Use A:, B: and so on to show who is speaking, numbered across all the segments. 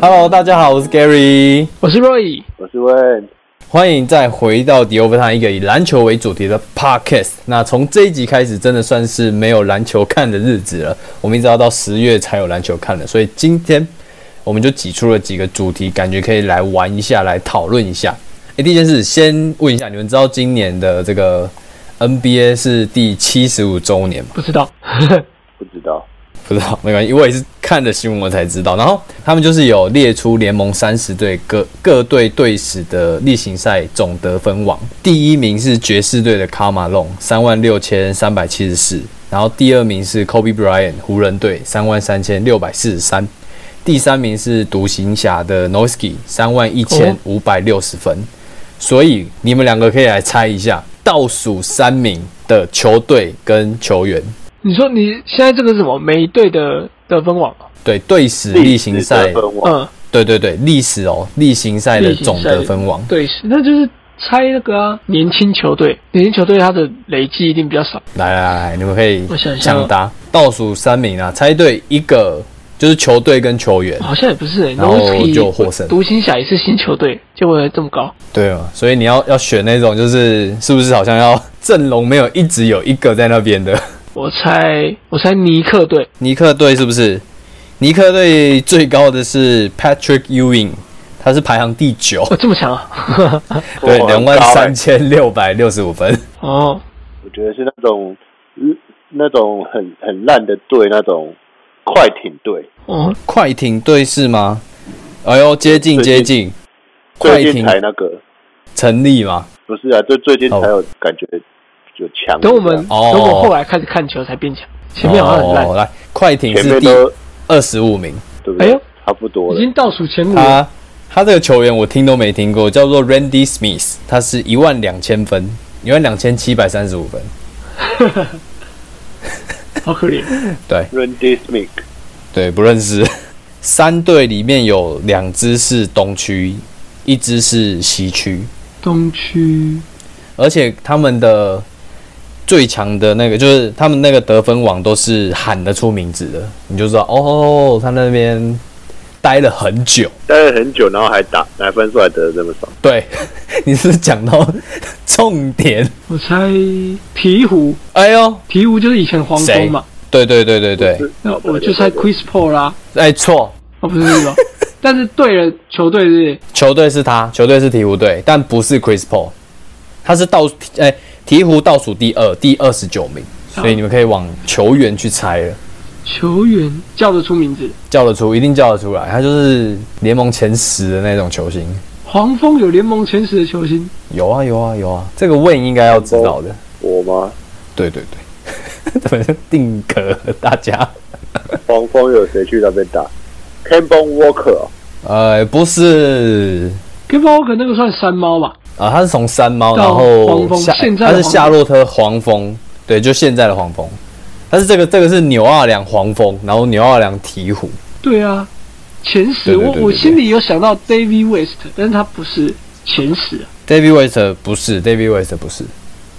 A: Hello，大家好，我是 Gary，
B: 我是 Roy，
C: 我是问，
A: 欢迎再回到迪欧不探一个以篮球为主题的 Podcast。那从这一集开始，真的算是没有篮球看的日子了。我们一直要到十月才有篮球看了，所以今天我们就挤出了几个主题，感觉可以来玩一下，来讨论一下。诶，第一件事，先问一下，你们知道今年的这个 NBA 是第七十五周年吗？
B: 不知道，
C: 不知道，
A: 不知道，没关系，我也是看了新闻我才知道。然后他们就是有列出联盟三十队各各队队史的例行赛总得分王，第一名是爵士队的卡马隆，三万六千三百七十四，然后第二名是 Kobe Bryant 湖人队三万三千六百四十三，第三名是独行侠的 n o s k i 三万一千五百六十分。所以你们两个可以来猜一下倒数三名的球队跟球员。
B: 你说你现在这个是什么？每一队的得分网哦，
A: 对，队史例行赛
C: 历史得分王
B: 嗯，
A: 对对对，历史哦，例行赛的总得分王。
B: 对，是那就是猜那个啊，年轻球队，年轻球队它的累积一定比较少。
A: 来来来，你们可以
B: 我想一下哦
A: 抢答，倒数三名啊，猜对一个就是球队跟球员，
C: 啊
B: 好像也不是、欸，
A: 然后
B: Nowitzki
A: 就获胜
B: 独行侠也是新球队，结果这么高，
A: 对嘛？所以你要要选那种就是是不是好像要阵容没有一直有一个在那边的
B: 我猜我猜尼克队，
A: 尼克队是不是？尼克队最高的是 Patrick Ewing，他是排行第 九，
B: 哦，这么强啊！
A: 对，
C: 哇欸
A: 两万三，
C: 很高欸
A: 千六百六十五分。
B: 哦，
C: 我觉得是那种，嗯那种很很烂的队，那种快艇队，
B: 哦，
A: 快艇队是吗？哎呦，接近接
C: 最近
A: 近，快
C: 最近
A: 艇
C: 才那个，
A: 成立嘛？
C: 不是啊，就最近才有感觉有强。
B: 等我们、
A: 哦
B: 等我后来开始看球才变强，前面好像很烂。
A: 哦来，快艇
C: 前
A: 是
C: 面
A: 第
C: 都
A: 二十五名，
C: 对不
B: 哎
C: 对
B: 呦？
C: 差不多
B: 已
C: 了，
B: 经倒数前五了，
A: 他他这个球员我听都没听过，叫做 Randy Smith，他是一万两千分，一万两千七百三十五分。
B: 好可怜。
A: 对
C: Randy Smith
A: 对，不认识。 三队里面有两支是东区，一支是西区，
B: 东区
A: 而且他们的最强的那个就是他们那个得分王都是喊得出名字的，你就知道哦，他那边待了很久。
C: 待了很久，然后还打，拿分数还得的这么少，
A: 对， 你是讲到重点。
B: 我猜鹈鹕，
A: 哎呦，
B: 鹈鹕就是以前黄
A: 谁
B: 蜂嘛，
A: 对对对对对，
C: 是
B: 那我就猜 Chris Paul 啦，
A: 哎错，
B: 哦不是这 个，但是对了，球队是
A: 球队是他，球队是鹈鹕队，但不是 Chris Paul，他是倒哎鹈鹕倒数第二，第二十九名，所以你们可以往球员去猜了，
B: 球员叫得出名字，
A: 叫得出，一定叫得出来，他就是联盟前十的那种球星。
B: 黄蜂有联盟前十的球星，
A: 有啊有啊有啊，这个问应该要知道的。
C: 我吗？
A: 对对 对，怎么定格了大家？
C: 黄蜂有谁去那边打 c a m b o n Walker 哦
A: 呃，不是，
B: 跟包可那个算山猫吧，
A: 啊，他是从山猫，然
B: 到
A: 后
B: 黄蜂
A: 夏
B: 现在
A: 他
B: 的
A: 是
B: 黄
A: 夏洛特黄蜂，对，就现在的黄蜂。但是这个这个是纽奥良黄蜂，然后纽奥良鹈鹕，
B: 对啊，前十
A: 对对
B: 我
A: 对
B: 我
A: 对对
B: 心里有想到 David West，但是他不是前十啊，
A: David West 不是，David West 不是，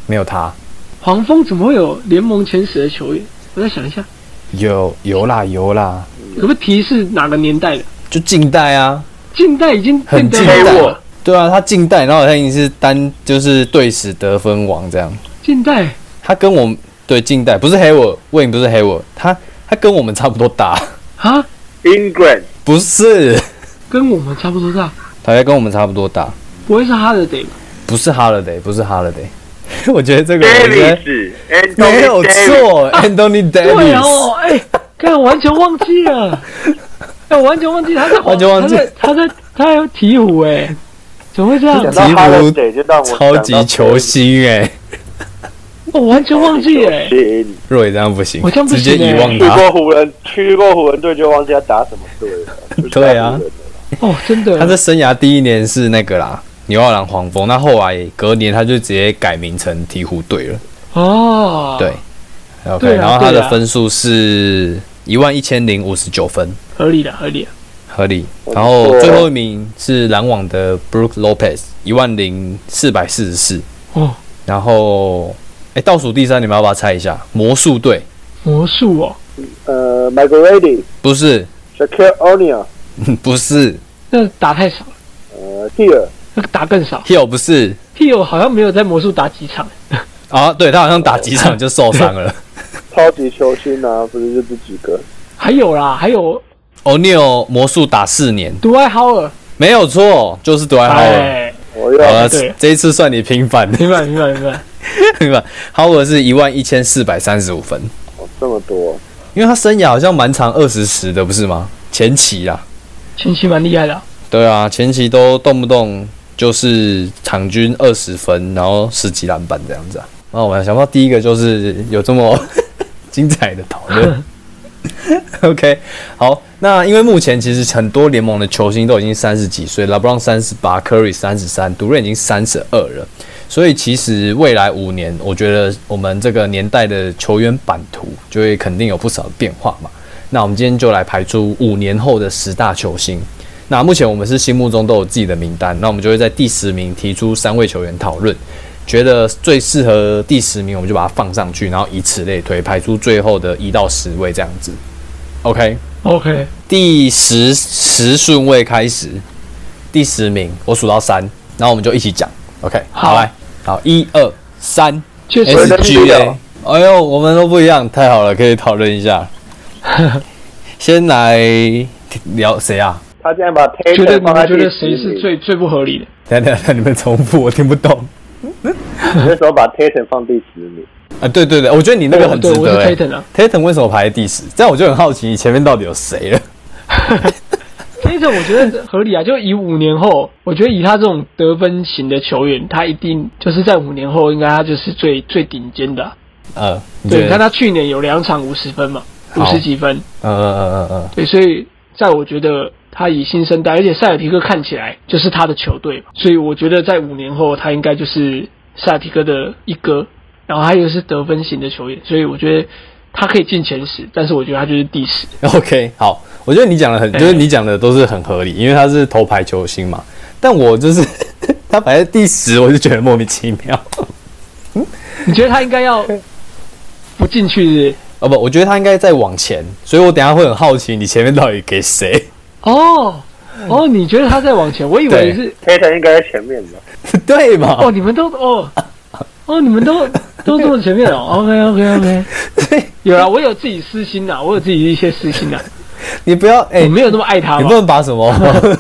A: 没有他，
B: 黄蜂怎么会有联盟前十的球员？我再想一下，
A: 有有啦有啦，
B: 可不可以提示哪个年代的？
A: 就近代啊，
B: 近代已经变
A: 很
B: 得
A: 近代
B: 了
A: 啊，对啊，他近代，然后他已经是单就是队史得分王这样，
B: 近代
A: 他跟我们对近代不是黑我，魏颖不是黑我，他他跟我们差不多大，
B: 啊，
C: ，Ingram
A: 不是，
B: 跟我们差不多大，
A: 他也跟我们差不多大，
B: 不会是哈德 y 吧？
A: 不是 Holiday，不是 Holiday，我 觉得这个我应该
C: Davis Anthony
A: 没有
C: Davis
A: 错，Anthony
B: 对
A: Davis，、
B: 哦，哎、看我完全忘记了， 哎、我完全忘记他在黄，
A: 完全忘记
B: 他在他在他还有鹈鹕哎，怎么会这样？
C: 想到
A: 吉姆
C: Holiday 就让我想
A: 超
C: 到
A: 级球星哎、
B: 我哦完全忘 记哎、
C: 行，
A: 若也这样不行，
B: 我这样不
A: 直
B: 行欸
A: 接遗忘
C: 去
A: 他。
C: 过湖人，去过湖人队就忘记他打什么队了。就是打湖人
A: 对啊
B: 哦，真的，
A: 他这生涯第一年是那个啦，牛二郎黄蜂，那后来隔年他就直接改名成鹈鹕队了。
B: 哦，
A: 对，，OK，
B: 对啊啊
A: 然后他
B: 对
A: 的
B: 啊
A: 分数是一万一千零五十九分，
B: 合理的合理的，
A: 合理。
C: 不错
A: 然后最后一名是篮网的 Brook Lopez，一万零四百四十四。
B: 哦，
A: 然后哎，倒数第三，你们要不要猜一下？魔术队
B: 魔术哦，
C: 呃 m i g r a d y
A: 不是，
C: Shakir O'Neal，
A: 不是
B: 那打太少了，
C: 呃 h e r
B: 那个打更少。
A: ，Hill 不是
B: T O 好像没有在魔术打几场，哎
A: 啊，对他好像打几场就受伤了。
C: 超级球星啊，不是就这几个？
B: 还有啦，还有
A: O'Neal 魔术打四年，
B: 独爱豪尔，
A: 没有错，就是杜兰特。
B: 哎，
C: 我要
A: 好啊了
B: 对，
A: 这一次算你平反，
B: 明白明白明白，
A: 平反。哈维尔是一万一千四百三十五分，
C: 哦这么多，
A: 因为他生涯好像蛮长二十十的，不是吗？前期啦，
B: 前期蛮厉害的啊，
A: 对啊，前期都动不动就是场均二十分，然后十几篮板这样子啊。那我想不到第一个就是有这么 精彩的讨论。OK，好，那因为目前其实很多联盟的球星都已经三十几岁，LeBron 三十八，Curry 三十三，杜兰特已经三十二了，所以其实未来五年，我觉得我们这个年代的球员版图就会肯定有不少的变化嘛。那我们今天就来排出五年后的十大球星。那目前我们是心目中都有自己的名单，那我们就会在第十名提出三位球员讨论，觉得最适合第十名，我们就把它放上去，然后以此类推，排出最后的一到十位这样子。OK，
B: OK，
A: 第十十顺位开始，第十名我数到三，然后我们就一起讲。OK，
B: 好
A: 来，好，一二三
B: 确实
C: 哎真的
A: ，SGA
C: 哦。
A: 哎呦，我们都不一样，太好了，可以讨论一 下。先来聊谁啊？
C: 他竟然把 t a
B: 觉
C: t
B: 得
C: u
B: 你
C: 放在
B: 们觉
C: 第
B: 得
C: 十
B: 谁是
C: 名
B: 最最不合理的？
A: 等一下等一下，你们重复，我听不懂
C: 你那时候把 t a t u 放第十名，
A: 啊！对对对，我觉得你那个很值
B: 对，我
A: 得、
B: 是
A: 欸。
B: Tatum 啊
A: Tatum 为什么排在第十？这样我就很好奇，你前面到底有谁了？
B: ，Tatum 我觉得合理啊，就以五年后，我觉得以他这种得分型的球员，他一定就是在五年后，应该他就是最最顶尖的啊。
A: 呃，你
B: 对，
A: 觉
B: 你看
A: 得？
B: 他去年有两场五十分嘛，
A: 好
B: 五十几分，
A: 嗯嗯嗯嗯嗯，
B: 对，所以在我觉得他以新生代，而且塞尔提克看起来就是他的球队嘛，所以我觉得在五年后他应该就是塞尔提克的一哥，然后他又是得分型的球员，所以我觉得他可以进前十，但是我觉得他就是第十。
A: OK，好，我觉得你讲的很，
B: 哎
A: 就是你讲的都是很合理，因为他是头牌球星嘛。但我就是 他排在第十，我就觉得莫名其妙。
B: 你觉得他应该要不进去是不是？
A: 哦不，我觉得他应该再往前，所以我等一下会很好奇你前面到底给谁。
B: 哦哦，你觉得他在往前？我以为
A: 对
B: 是
C: t a t u 应该在前面的。
A: 对嘛？
B: 哦，你们都哦哦，你们都都这么前面哦。OK OK OK，有啊啦，我有自己私心啊呐，我有自己一些私心呐，
A: 你不要 哎、
B: 我没有那么爱他
A: 你
B: 嘛
A: 不。能把什么？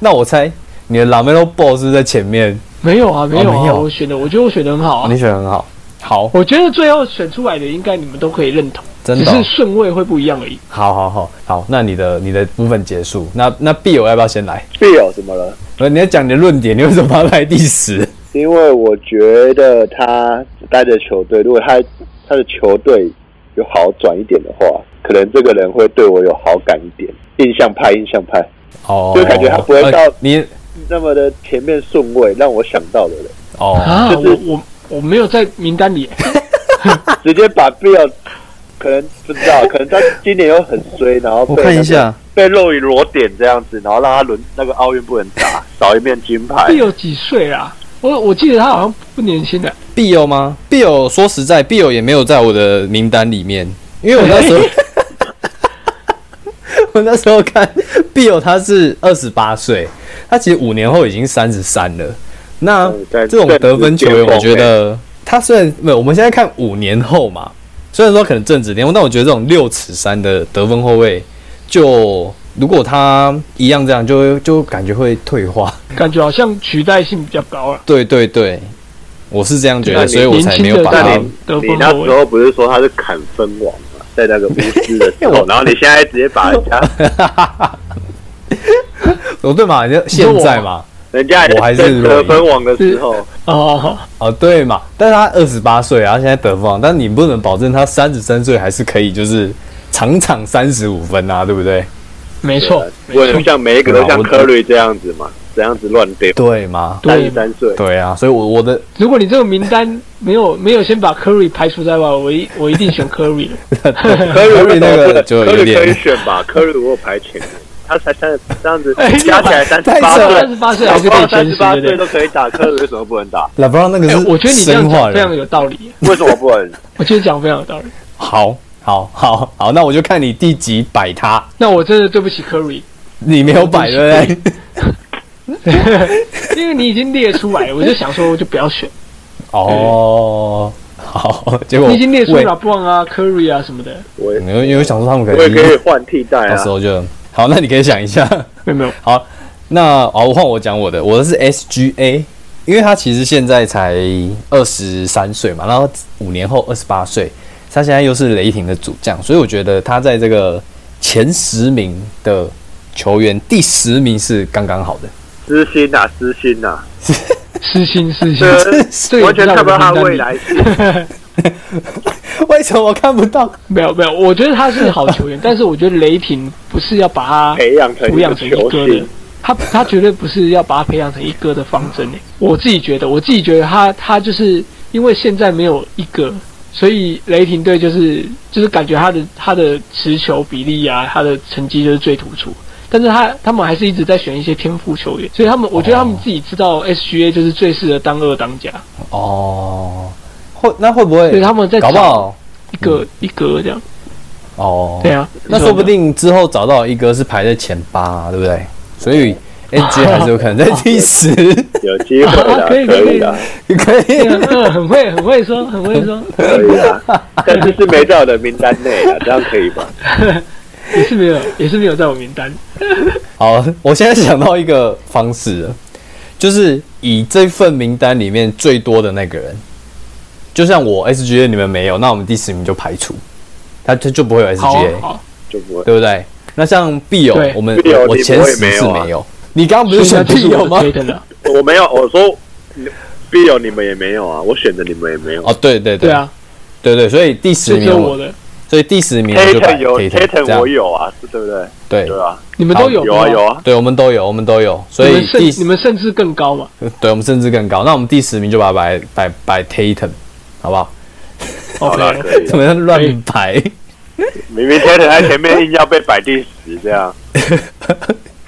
A: 那我猜你的 Lamelo Ball 是不是在前面，
B: 没有啊，没有啊，
A: 哦没有
B: 我选的，我觉得我选的很好啊
A: 你。选得很好。好，
B: 我觉得最后选出来的应该你们都可以认同，
A: 真
B: 只
A: 的哦
B: 是顺位会不一样而已。
A: 好好好好，那你的你的部分结束。那那 B 友要不要先来？
C: Bill 怎么了？
A: 呃，你要讲你的论点，你为什么要排第十？
C: 因为我觉得他待的球队，如果他他的球队有好转一点的话，可能这个人会对我有好感一点。印象派，印象派，
A: 哦，
C: 就感觉他不会到
A: 呃你
C: 那么的前面顺位让我想到的人，
A: 哦，
B: 啊，
C: 就是
B: 我我我没有在名单里，
A: 哎
C: 直接把 Bill 可能不知道，可 能他今年又很衰，然后被、
A: 我看一下，
C: 被漏雨裸点这样子，然后让他轮那个奥运不能打，少一面 金牌
B: 哎
A: 哎
B: 这。有几岁啦？我我记得他好像不年轻的，
A: 必有吗？必有，说实在，必有也没有在我的名单里面，因为我那时候， 我那时候看必有他是二十八岁，他其实五年后已经三十三了。那
C: 嗯在
A: 这种得分球员，
C: 正值巅峰
A: 我觉
C: 哎
A: 得他虽然没有，我们现在看五年后嘛，虽然说可能正值巅峰，但我觉得这种六尺三的得分后卫，就如果他一样这样，就会就感觉会退化。
B: 感觉好像取代性比较高了。
A: 对对对，我是这样觉
C: 那
A: 得，
C: 你
A: 所以我才没有把
B: 那
A: 他
B: 你。得
C: 你
B: 分
C: 那
B: 后
C: 时
B: 卫，
C: 候不是说他是砍分王吗？在 那个巫师的时
A: 我
C: 候，然后你现在直接把人家，
A: 哦，对嘛，就现在嘛，
C: 人家
A: 我还是
C: 在得分王的时候，
B: 哦，
A: 哦，对嘛，但是他二十八岁啊，他现在得分王，但你不能保证他三十三岁还是可以，就是场场三十五分啊，对不对？
B: 没错，没
C: 不
A: 啊
B: 错
C: 能，像每一个都像
A: 我
C: Curry 这样子嘛，这样子乱丢。
A: 对嘛，
C: 三十
B: 对。
C: 三岁，
A: 对啊，所以我我的
B: 如果你这个名单没有没有先把 Curry 排除在外，我一我一定选 Curry 了。
C: 科瑞
A: Curry 那个就有
C: 科瑞可以
A: 点
C: 选吧，科瑞我有排前面，他才三十这样子
B: 哎呀
C: 加起来三十
A: 太
C: 八
A: 扯了
C: 岁，
B: 38岁
C: 搞
B: 还
C: 不
B: 是可
C: 好
B: 以
C: 三
B: 前
C: 十
B: 十
C: 八
B: 的
C: 岁都可以打科，为什么不能打？
A: 拉布朗那个
B: 哎、
A: 是
B: 我觉得你这样
A: 生化
B: 讲非
A: 人
B: 常，有道理，
C: 为什么不 能？
B: 我觉得讲非常有道理。
A: 好好好好，那我就看你第几摆他，
B: 那我真的对不起 Curry，
A: 你没有摆对不 对？
B: 因为你已经列出来了，我就想说我就不要选，
A: 哦，好，结果
B: 你已经列出
A: 喂
B: l e b r o n 啊、Curry 啊什么的，
C: 我也
A: 没有，因为想说他们可
C: 我也
A: 能
C: 可以换替代
A: 到时
C: 啊。
A: 候就好，那你可以想一下。
B: 没有没有，
A: 好，那好，我换我讲我的，我的是 SGA，因为他其实现在才二十三岁嘛，然后五年后二十八岁，他现在又是雷霆的主将，所以我觉得他在这个前十名的球员第十名是刚刚好的。
C: 私心啊，私心啊，
B: 私心私心， 这
C: 这
B: 个
C: 完全
B: 也
C: 看
B: 在
C: 不
B: 我的
C: 到他
B: 名单
C: 未
B: 里
C: 来性。
A: 为什么我看不到？
B: 没有没有，我觉得他是好球员，但是我觉得雷霆不是要把他
C: 培养成一
B: 培
C: 个
B: 养成一
C: 球
B: 哥的
C: 星，，
B: 他他绝对不是要把他培养成一哥的方针诶。我自己觉得，我自己觉得他他就是因为现在没有一哥，所以雷霆队就是就是感觉他的他的持球比例啊，他的成绩就是最突出。但是他他们还是一直在选一些天赋球员，所以他们我觉得他们自己知道 SGA 就是最适合当二当家，
A: 哦，会那会不
B: 所以
A: 会
B: 他们在
A: 搞不
B: 找
A: 好？
B: 一个一哥这样。
A: 哦，
B: 对啊，
A: 那说不定之后找到一个是排在前八、对不对？啊所以 SGA 还是有可能在第 十，
C: 有机会啦，
B: 啊 可以可以
C: 可以啦，
A: 可以。
B: 嗯很会很会说，很会说，
C: 可以啦，但是是没在我的名单内啊，这样可以吧？
B: 也是没有，也是没有在我名单。
A: 好，我现在想到一个方式了，就是以这份名单里面最多的那个人，就像我 SGA 你们没有，那我们第十名就排除，他他就不会有
B: 好
A: SGA，、
B: 好，
C: 就不会。
A: 对不对？那像必友
B: 对，
A: 我们
C: 必友
A: 我我
C: 你
A: 前
C: 不会
A: 十
C: 没
A: 是
C: 有啊
A: 没有，你刚刚不是 选必
B: 所以那就是
A: 友
B: 我
A: 吗
B: 的？推的了
C: 我没有，我说必有你们也没有啊，我选的你们也没有。
A: 哦，对对
B: 对啊，
A: 对对，所以第十
B: 这只有
A: 名
B: 我，的，
A: 所以第十名我就
C: Tatum
A: 摆
C: 有
A: Tatum，这
C: Tatum
A: 样
C: 我有啊，是对不对？
A: 对
C: 对啊，
B: 你们都有
C: 有啊有
B: 啊。
C: 啊，
A: 对，我们都有，我们都有，所
B: 你
A: 以
B: 们
A: 第
B: 甚你们甚至更高啊嘛？
A: 对我们甚至更高，那我们第十名就把它摆摆摆 Tatum，好不好？
C: 好啦，
B: OK，
C: 可以
A: 怎。么样乱排？
C: 明明 Tatum 在前面硬要被摆第十这样，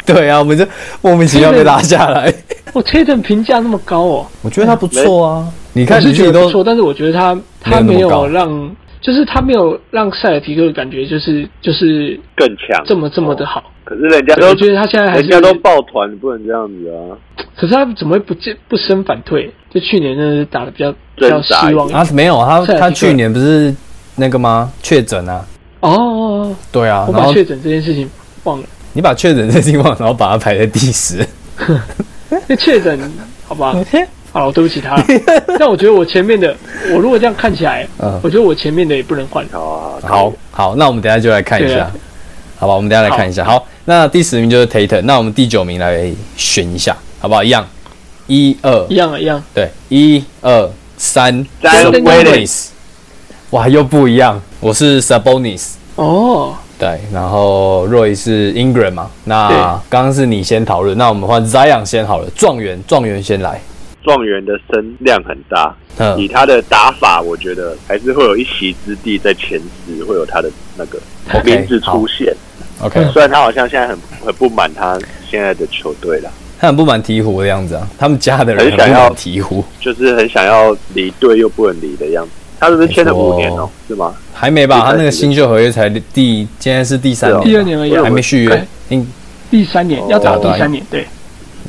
A: 对啊，我们就莫名其妙被拉下来。
B: 我哦 Tatum 评价那么高哦，
A: 我觉得他不错啊，你
B: 我
A: 看你
B: 是
A: 自
B: 觉
A: 己
B: 得不
A: 都
B: 错，但是我觉得他他
A: 没有
B: 没
A: 那么高
B: 有让，就是他没有让塞尔提克感觉就是就是
C: 更强。哦
B: 这么这么的好。
C: 可是人家
B: 对
C: 都
B: 我觉得他现在还
C: 人
B: 是
C: 家都抱团，你不能这样子啊。
B: 可是他怎么会不进不升反退？就去年真的是打的比较比
C: 挣扎
B: 较失望
A: 啊没有他
B: 塞尔提克
A: 他去年不是那个吗？确诊啊，
B: 哦哦，
A: 对啊
B: 哦，我
A: 然
B: 把
A: 后
B: 确诊这件事情忘了，
A: 你把确诊这地方，然后把它排在第 十，
B: 那哎确诊好吧，好，对不 起他。但我觉得我前面的，我如果这样看起来，
A: 嗯
B: 我觉得我前面的也不能换。
C: 好啊，
A: 好好，那我们等一下就来看一
B: 对
A: 下
B: 啊，
A: 好吧？我们等一下来看一下。好，那第十名就是 Tatum，那我们第九名来选一下，好不好？一样，一二
B: 一样啊，一样。
A: 对，一二三
C: Zion
A: Sabonis 哇，又不一样。我是 Sabonis，
B: 哦，
A: 对，然后 Roy 是 Ingram 嘛，那
B: 对
A: 刚刚是你先讨论，那我们换 Zion 先好了，状元，状元先来。
C: 状元的声量很大，以
A: 嗯，
C: 他的打法，我觉得还是会有一席之地在前十，会有他的那个
A: OK，
C: 名字出现。
A: OK，
C: 虽然他好像现在很很不满他现在的球队啦，
A: 他很不满鹈鹕的样子啊，他们家的人很
C: 很
A: 不
C: 想要
A: 满鹈鹕，
C: 就是很想要离队又不能离的样子。他是不是签了五年
A: 没
C: 哦
A: 错？
C: 是吗？
A: 还没吧？他那个新秀合约才第，今天是第三
C: 是
A: 年
C: 哦
A: 吧，
B: 第二年而已啊
A: 还没续约
B: 对，
A: 应
B: 第三年
C: 哦
B: 要打第三年，对，
A: 嗯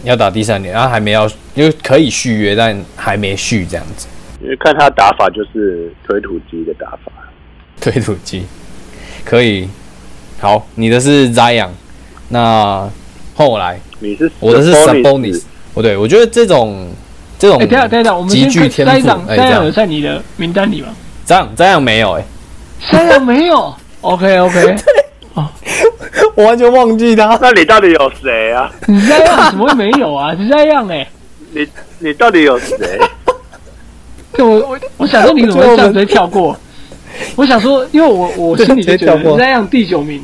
A: 要打第三年，然啊后还没要，因为可以续约，但还没续这样子，
C: 因为看他打法就是推土机的打法，
A: 推土机可以。好，你的是 Zion，那换我来，
C: 你是
A: 我的是
C: Sabonis
A: Sabonis，哦，对，我觉得这种这种
B: 哎，等一下等一下，我们
A: 极
B: 先
A: 具
B: 看
A: 天
B: 塞
A: 赋
B: 长，，
A: 哎，
B: 塞
A: 这
B: 长有
A: 样
B: 在你的名单里吗？
A: 这样这样没有哎，
B: 塞长没有。OK OK，
A: 我完全忘记他。
C: 那你到底有谁啊？
B: 你塞样怎么会没有啊？你塞样哎，
C: 你你到底有谁？
B: 对我我我想说你怎么会这样直接 跳过？我想说，因为我我心里
A: 直接
B: 就觉
A: 跳过
B: 得塞样第九名，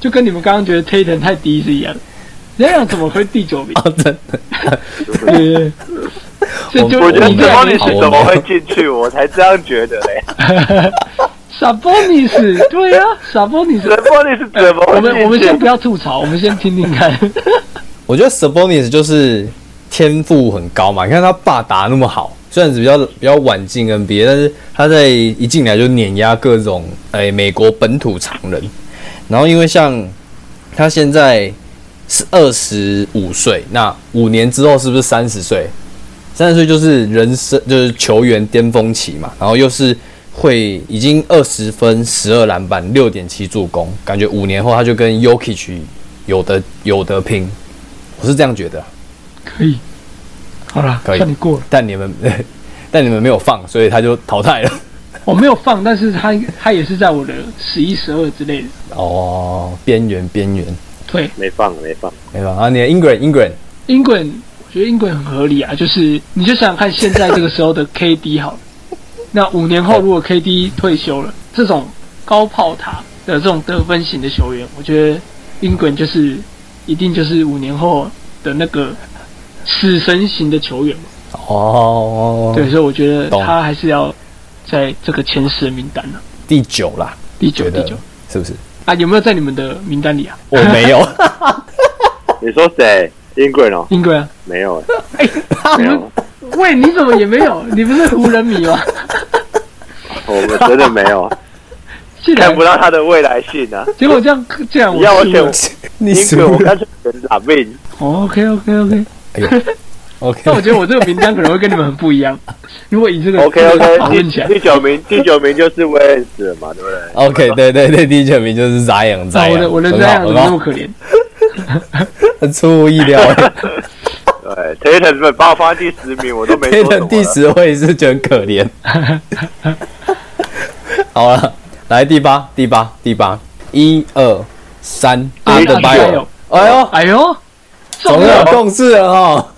B: 就跟你们刚刚觉得 Tatum 太低是一样的。塞样怎么会第九名？
A: 哦， 真的，
B: 对，这就
C: 我觉得
B: 你
A: 这
B: 在
A: 帮
C: Sabonis
A: 你
B: 联
A: 好
B: 想
A: 我
C: 怎么会进去？我才这样觉得嘞。
B: Sabonis，对啊，Sabonis。
C: 德波利是怎么？
B: 我们我们先不要吐槽，我们先听听看。
A: 我觉得 Sabonis 就是天赋很高嘛，你看他爸打得那么好，虽然是比较比较晚进 NBA，但是他在一进来就碾压各种诶、美国本土常人。然后因为像他现在是二十五岁，那五年之后是不是三十岁？三十岁就是人生就是球员巅峰期嘛，然后又是会已经二十分、十二篮板、六点七助攻，感觉五年后他就跟 Yokich 有的有得拼，我是这样觉得啊。
B: 可以，好啦，
A: 可以
B: 算你过了。
A: 但你们 但你们没有放，所以他就淘汰了。
B: 我没有放，但是他他也是在我的十一、十二之类的。
A: 哦，边缘边缘，
B: 对，
C: 没放没放，
A: 没办法啊，你的 Ingram Ingram
B: 英国人，我觉得英国人很合理啊，就是你就想想看现在这个时 候的 KD 好了，那五年后如果 KD 退休了，这种高炮塔的这种得分型的球员，我觉得英国人就是一定就是五年后的那个死神型的球员嘛。
A: 哦，
B: 对，，所以我觉得
A: 懂
B: 他还是要在这个前十的名单呢、
A: 第九啦，
B: 第
A: 觉
B: 九第
A: 得
B: 九
A: 是不是？
B: 啊，有没有在你们的名单里啊？
A: 我没有，
C: 你说谁？英国人哦，
B: 英国人啊，
C: 没有
B: 哎、
C: 没有，
B: 喂，你怎么也没有？你不是湖人 迷吗？
C: 我们真的没有，
B: 竟然
C: 看不到他的未来性啊！
B: 结果这样，这样
C: 你要
B: 我
C: 我
B: 输
C: 选
B: 了。
A: 你
C: 英
A: 输
C: 国，
A: 了
C: 我干脆选打命。
B: OK OK OK，
A: 哎呦，OK，
B: 那我觉得我这个名单可能会跟你们很不一样。 如果以 这个
C: OK
B: 讨
C: OK，
B: 论起
C: 第
B: 来，
C: 第九名，第九名就是威恩斯了嘛，对不对？
A: OK，对对对，第九名就是 Zion
B: 啊
A: Zion，
B: 我的我的
A: 很
B: 这样
A: 好很
B: 怎么那么
A: 好，
B: 可怜？
A: 很 出乎意 料。
C: 对 t a t u m 把我放在第十名，我都没
A: 黑
C: 说什
A: 人
C: 么。
A: 哦第，十位是觉得很可 怜。好了，来第八，第八，第八，一二三，阿
B: 哎
A: 德巴约
B: 呦，
A: 哎呦，
B: 哎呦，
A: 总
B: 中
A: 有
B: 了！
A: 共识了哦，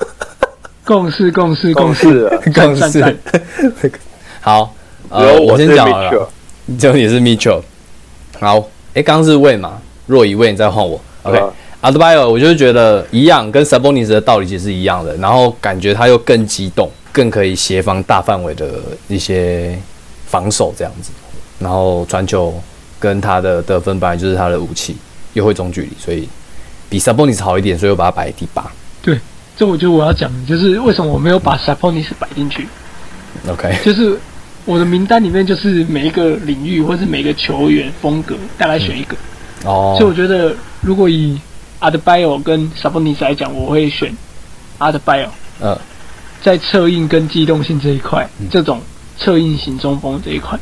B: 共识共识
C: 共
B: 共识，
C: 识了，
A: 共
B: 赞
A: 识
B: 赞。
A: 好，
C: 啊只
A: 呃，
C: 有
A: 我
C: 是
A: 先讲好了
C: Mitchell。
A: 就你是 Mitchell。好，诶，刚刚是魏嘛，若一位你再换我。OK，
C: 嗯
A: 阿德巴约，我就是觉得一样，跟 Sabonis 的道理其实是一样的，然后感觉他又更激动，更可以协防大范围的一些防守这样子，然后传球跟他的得分本来就是他的武器，又会中距离，所以比 Sabonis 好一点，所以我把他摆第八。
B: 这我觉得我要讲，就是为什么我没有把 Saponis 摆进去，
A: OK，
B: 就是我的名单里面就是每一个领域或是每个球员风格，大概选一个。
A: 哦，
B: 所以我觉得，如果以 Adbio 跟 Sabonis 来讲，我会选 Adbio。
A: 呃，
B: 在策应跟机动性这一块，
A: 嗯
B: 这种策应型中锋这一块，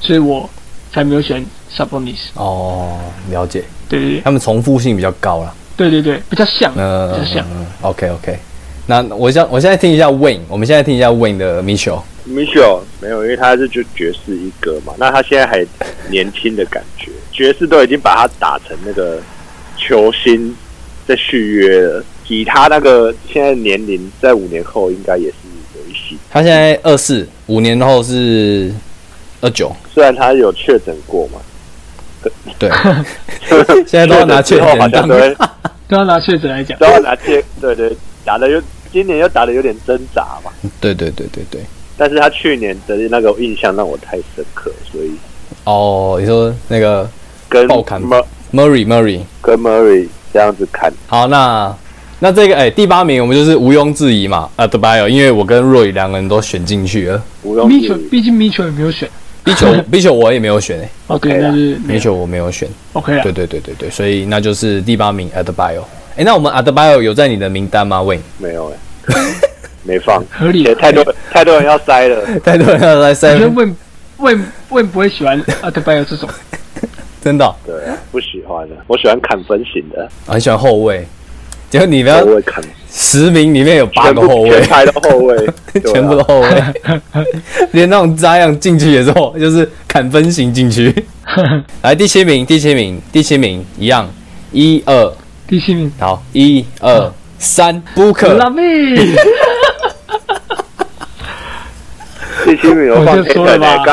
B: 所以我才没有选 Sabonis。
A: 哦，了解，
B: 对对
A: 他们重复性比较高啦。
B: 对对对对，比较像，
A: 嗯
B: 比较像。
A: OK OK，那我想我现在听一下 Wayne，我们现在听一下 Wayne 的 Mitchell。
C: Michel 没有，因为他是就爵士一哥嘛，那他现在还年轻的感觉，爵士都已经把他打成那个球星在续约了，以他那个现在年龄，在五年后应该也是有一戏。
A: 他现在二四，五年后是二九，
C: 虽然他有确诊过嘛，
A: 对， 现在都要拿确
C: 确诊之后好
A: 诊
C: 像
A: 当
C: 都。会
A: 嗯
B: 都要啊拿确诊来讲
C: 都，要拿确，对对，打的又今年又打的有点挣扎嘛，
A: 对对对对对。
C: 但是他去年的那个印象让我太深刻，所以
A: 哦，你说那个
C: 跟
A: 爆砍
C: Mur-
A: Murray Murray，
C: 跟 Murray 这样子看，
A: 好，那那这个哎、第八名我们就是毋庸置疑嘛，啊 d b i o 因为我跟若雨两个人都选进去了。
C: 不用
B: Mitchell，毕竟 Mitchell 也没有选。
A: b i c h e l b i c h e l 我也没有选哎、
B: 哦，对，
C: OK 啦
B: 那就是
A: 欸、b i c
B: 没有
A: h e l 我没有选，
B: OK 啊了
A: 对。对对对对，所以那就是第八名 a d b i o 哎、那我们 a d b i o 有在你的名单吗？Wayne？
C: 没有哎、没放，
B: 合理啊
C: 也太多太多人要塞了，
A: 太多人要来
B: 我觉得
A: seven，
B: 问问问不会喜欢 Adbio 这种，
A: 真的哦、
C: 对啊，不喜欢的，我喜欢砍分型的，
A: 很喜欢后卫。结果你不要
C: 我会砍，
A: 十名里面有哎八
C: 全
A: 个
C: 部
A: 后卫
C: 全，排都后卫，对啊
A: 全部都后卫， 连那种扎样进去也是后，就是砍分型进去。来第七名，第七名，第七名一样，一二
B: 第七名。
A: 好，一二三
B: 拉
A: ，Booker，
B: 米，
C: 第七名我放
B: 我就说了
C: Tatum
B: 吧
C: 欸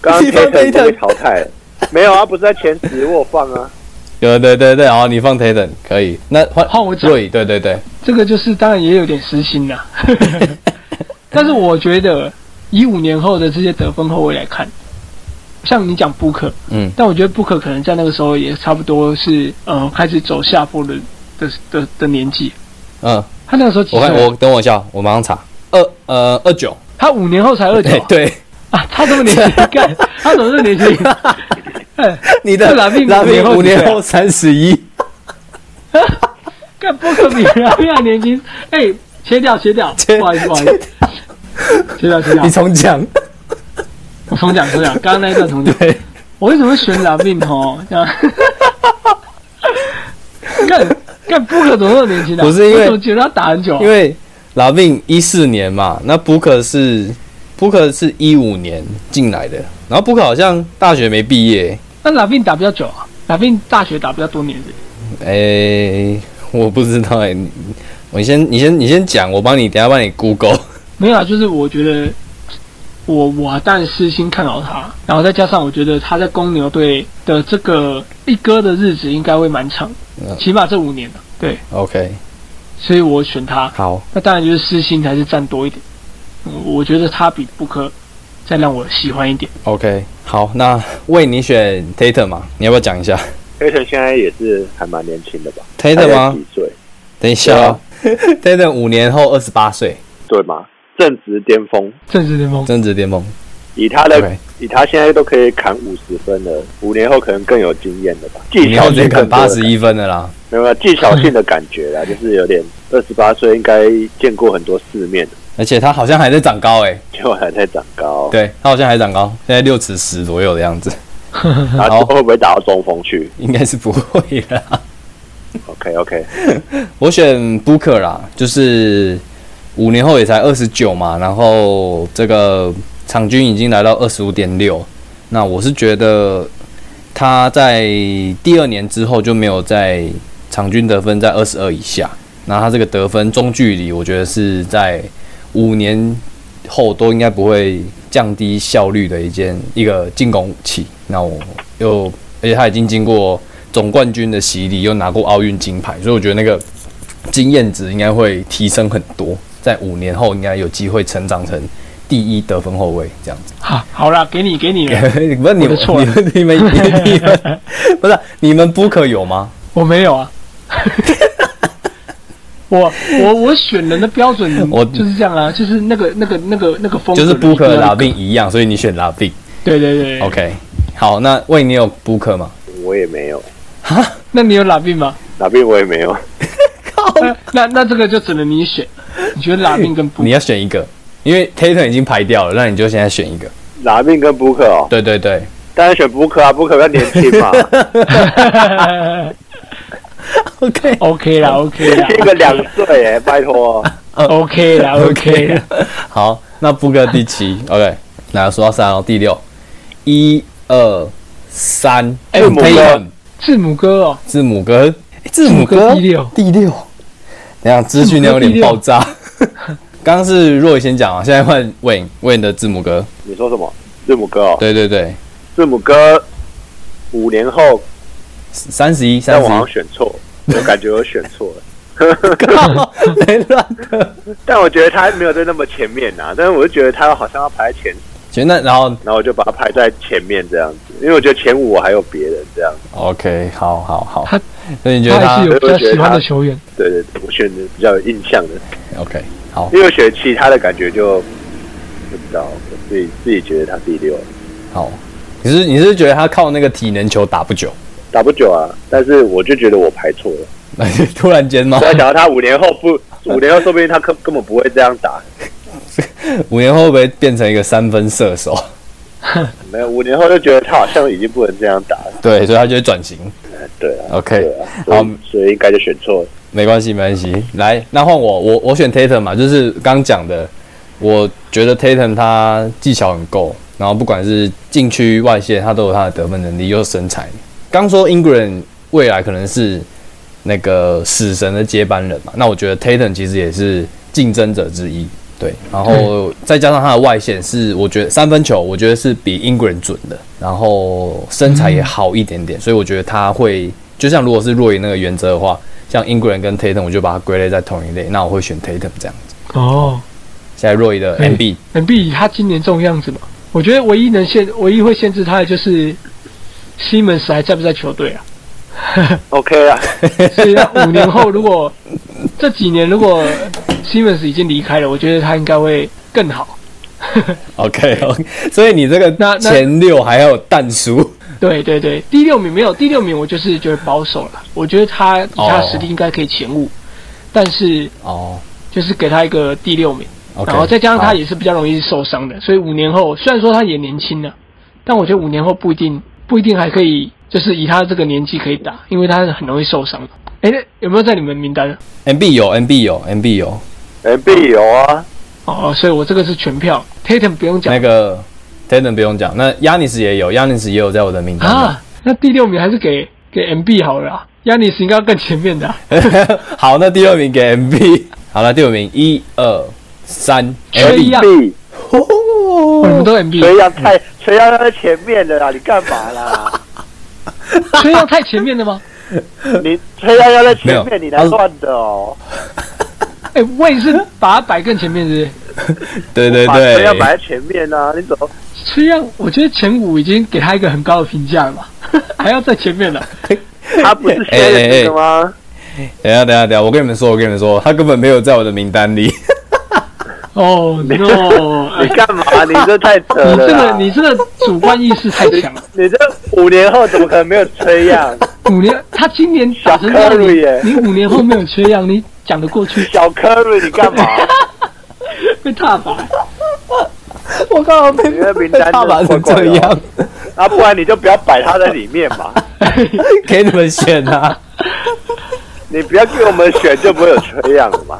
C: 刚刚
A: 你放
C: Tatum 被
A: Tatum
C: 淘汰了，没有啊，不是在前十我有放啊，
A: 对对对对，好，你放 Tatum 可以，那换
B: 换我讲
A: 瑞，对对 对，
B: 这个就是当然也有点私心啊啦。但是我觉得，以五年后的这些得分后卫来看，像你讲布克，
A: 嗯，
B: 但我觉得布克可能在那个时候也差不多是呃开始走下坡的的的的年纪。
A: 嗯，
B: 他那个时候几
A: 我看
B: 岁？
A: 我等我一下，我马上查，二呃二九，
B: 他五年后才二九
A: 对对，
B: 啊！他这么 年轻，干他怎么这么年轻？哎，
A: 你的
B: 这拉面
A: 拉面
B: 五
A: 五
B: 年后
A: 年后啊三十一，
B: 干布克比拉比亚年轻。哎，切掉切掉，
A: 切
B: 不好意思不好意思，切掉切掉
A: 你，重讲，
B: 我重讲重讲，刚刚那一段重 讲。
A: 对，
B: 我为什么会选拉病哦？这 样，干干布克怎么那么年轻的、啊？
A: 不是因为
B: 我怎么觉得他打很久啊、
A: 因为拉面一四年嘛，那 Booker 是 Booker 是一五年进来的，然后 Booker 好像大学没毕业，
B: 那拉病打比较久啊，拉病大学打比较多年的。
A: 诶，哎我不知道哎诶，你我先你先你先讲，我帮你等一下帮你 Google，
B: 没有啊，就是我觉得我我当然私心看好他，然后再加上我觉得他在公牛队的这个一哥的日子应该会蛮长
A: 嗯，
B: 起码这五年啊对，
A: OK，
B: 所以我选他。
A: 好，
B: 那当然就是私心还是占多一点，嗯我觉得他比布克再让我喜欢一点。
A: OK，好，那为你选 Tatum 嘛？你要不要讲一下
C: 黑城现在也是还蛮年轻的吧？大
A: Tatum
C: 概
A: 吗
C: 几？岁？
A: 等一
C: 啊
A: 下、哦、，Tatum 五年后二十八岁，
C: 对吗？正值巅峰，
B: 政治联盟
A: 增值巅峰。
C: 以他的
A: OK，
C: 以他现在都可以砍五十分了，五年后可能更有经验了吧？
A: 五
C: 技
A: 年
C: 巧
A: 后
C: 性
A: 直接砍
C: 更多
A: 八
C: 了
A: 十，一分的啦。
C: 没有没有啊技巧性的感觉 啦，就是有点二十八岁应该见过很多世面，
A: 而且他好像还在长高诶、欸
C: 结果还在长高。
A: 对他好像还长高，现在六尺十左右的样子，
C: 然后会不会打到中锋去
A: 应该是不会啦。
C: ？OK OK，
A: 我选 Booker 啦，就是五年后也才二十九嘛，然后这个场均已经来到二十五点六，那我是觉得他在第二年之后就没有在场均得分在二十二以下，那他这个得分中距离，我觉得是在五年后都应该不会降低效率的一件一个进攻武器。那我又而且他已经经过总冠军的洗礼，又拿过奥运金牌，所以我觉得那个经验值应该会提升很多，在五年后应该有机会成长成第一得分后卫这样子。
B: 好， 好啦，给你给你 了，
A: 不是你
B: 我的
A: 们
B: 错了
A: 你们你们你们不是啊你们 Booker 有吗？
B: 我没有啊。 我我我选人的标准，
A: 我
B: 就是这样啊，就是那个那个那个那个风格
A: 就是
B: 的一个
A: Booker
B: 那
A: 拉
B: 个
A: 病一样，所以你选拉病。
B: 对对对
A: OK，好，那喂，你有 Booker 吗？
C: 我也没有，
B: 那你有拉 病吗？
C: 哪边我也没有。
A: Oh
B: 那那那这个就只能你选，你觉得拉病跟 布
A: 你要选一个，因为 Tatum 已经排掉了，那你就现在选一个。
C: 拿命跟 Booker 哦，
A: 对对对，
C: 当然选 Booker 啊，Booker 比较年轻 嘛，
A: OK，
B: OK 啦
A: Oh
B: OK 啦
C: 轻个两岁哎，拜托。
B: OK 啦 OK 啦，
A: 好，那 Booker 第 七，OK，来数到三哦，第六，一二三，
C: 哎
A: 嗯
C: 母哥
A: Tatum，
B: 字母哥哦，
A: 字母哥，哎字母
B: 字母
A: 哥
B: 哥第六
A: 第六，等一下资讯量有
B: 字母
A: 点
B: 哥第六
A: 爆炸。 刚刚是若雨先讲啊，现在换 Wayne Wayne 的字母哥，
C: 你说什么？字母哥哦，
A: 对对对，
C: 字母哥五年后，
A: 三十一，
C: 但
A: 三十
C: 我好像
A: 一，
C: 选错，我感觉我选错了。
A: 靠， 没乱的。
C: 但我觉得他没有在那么前面呐、但是我就觉得他好像要排在前，
A: 行，那然后
C: 然后我就把他排在前面这样子，因为我觉得前五我还有别人这样子，
A: OK，好好好，
B: 他
A: 所以你觉
B: 他
A: 得
B: 还
A: 他
B: 是有比较
C: 我觉得
B: 喜
C: 他
B: 欢的球员。
C: 对对对，我选的比较有印象的，
A: OK 好
C: 因为我选其他的感觉就嗯不知道，我自己自己觉得他第六
A: 好？你是你是觉得他靠那个体能球打不久，
C: 打不久啊，但是我就觉得我排错了，
A: 突然间吗
C: 我？还想到他五年后不，五年后说不定他根根本不会这样打，
A: 五年后会不会变成一个三分射手？
C: 没有五年后就觉得他好像已经不能这样打了，
A: 对，所以他就会转型。
C: 对啊
A: OK
C: 对啊，
A: 好
C: 所以所以应该就选错了，
A: 没关系，没关系。来，那换我，我我选 Tatum 嘛，就是刚讲的，我觉得 Tatum 他技巧很够，然后不管是禁区、外线，他都有他的得分能力，又有身材。刚说 Ingram 未来可能是那个死神的接班人嘛，那我觉得 Tatum 其实也是竞争者之一。对，然后再加上他的外线是，我觉得三分球，我觉得是比 Ingram 准的，然后身材也好一点点，所以我觉得他会，就像如果是若隐那个原则的话，像 Ingram 跟 Tatum，我就把它归类在同一类，那我会选 Tatum 这样子。
B: 哦
A: 现在若隐的
B: 嗯
A: MB，
B: ，MB 他今年这种样子嘛，我觉得唯一能限，唯一会限制他的就是西门斯还在不在球队啊？
C: OK 啊，
B: 所以他五年后，如果这几年如果 Simmons 已经离开了，我觉得他应该会更好。
A: OK OK，所以你这
B: 那
A: 个
B: 那
A: 前六还有蛋叔，
B: 对对对，第六名没有，第六名我就是觉得保守了。我觉得他以他的
A: 哦
B: 实力应该可以前五，但是
A: 哦
B: 就是给他一个第六名，
A: ，OK，
B: 然后再加上他
A: 好
B: 也是比较容易受伤的，所以五年后虽然说他也年轻了，但我觉得五年后不一定不一定还可以，就是以他这个年纪可以打，因为他是很容易受伤的。哎，那有没有在你们名单啊？
A: MB 有 MB 有 MB 有
C: n b 有啊，
B: 哦，所以我这个是全票，Tatum 不用讲
A: 那个 t a d e n 不用讲，那 Yanis 也有，Yanis 也有在我的名单里。
B: 啊，那第六名还是给给 MB 好了啊，亚尼斯应该更前面的啊、
A: 好，那第二名给 MB。好了，第五名，一二三
B: 所以
A: ，MB。
B: 哎呀
C: b 哦
B: 我们都 MB，
C: 所以要太，所以要在前面的啦，啊你干嘛啦？
B: 所以要太前面的 吗？
C: 你崔样要在前
A: 没有
C: 面，你来乱的哦。
B: 哎、我也是把它摆更前面是不是？
A: 对对
C: 把
A: 对
C: 崔样摆在前面啊，你怎么？
B: 虽然我觉得前五已经给他一个很高的评价了嘛， 还要在前面的，
C: 他不是先人那个
A: 哎
C: 吗？
A: 等一下等一下等一下，我跟你们说，我跟你们说，他根本没有在我的名单里。
B: 哦、no！哎
C: 你干嘛？你这太扯
B: 你
C: 了
B: 这个
C: 啦！
B: 你这个主观意识太强了。
C: 你这五年后怎么可能没有崔样？
B: 五年，他今年打成这样，
C: 小科瑞耶
B: 你你五年后没有缺氧，你讲得过去？
C: 小科瑞，你 干嘛？
B: 被踏伐。
A: 我刚好被
C: 你的名单真 的
A: 他把成这
C: 怪怪
A: 样，
C: 啊，不然你就不要摆他在里面嘛。
A: 给你们选啊！
C: 你不要给我们选，就不会有崔样了嘛。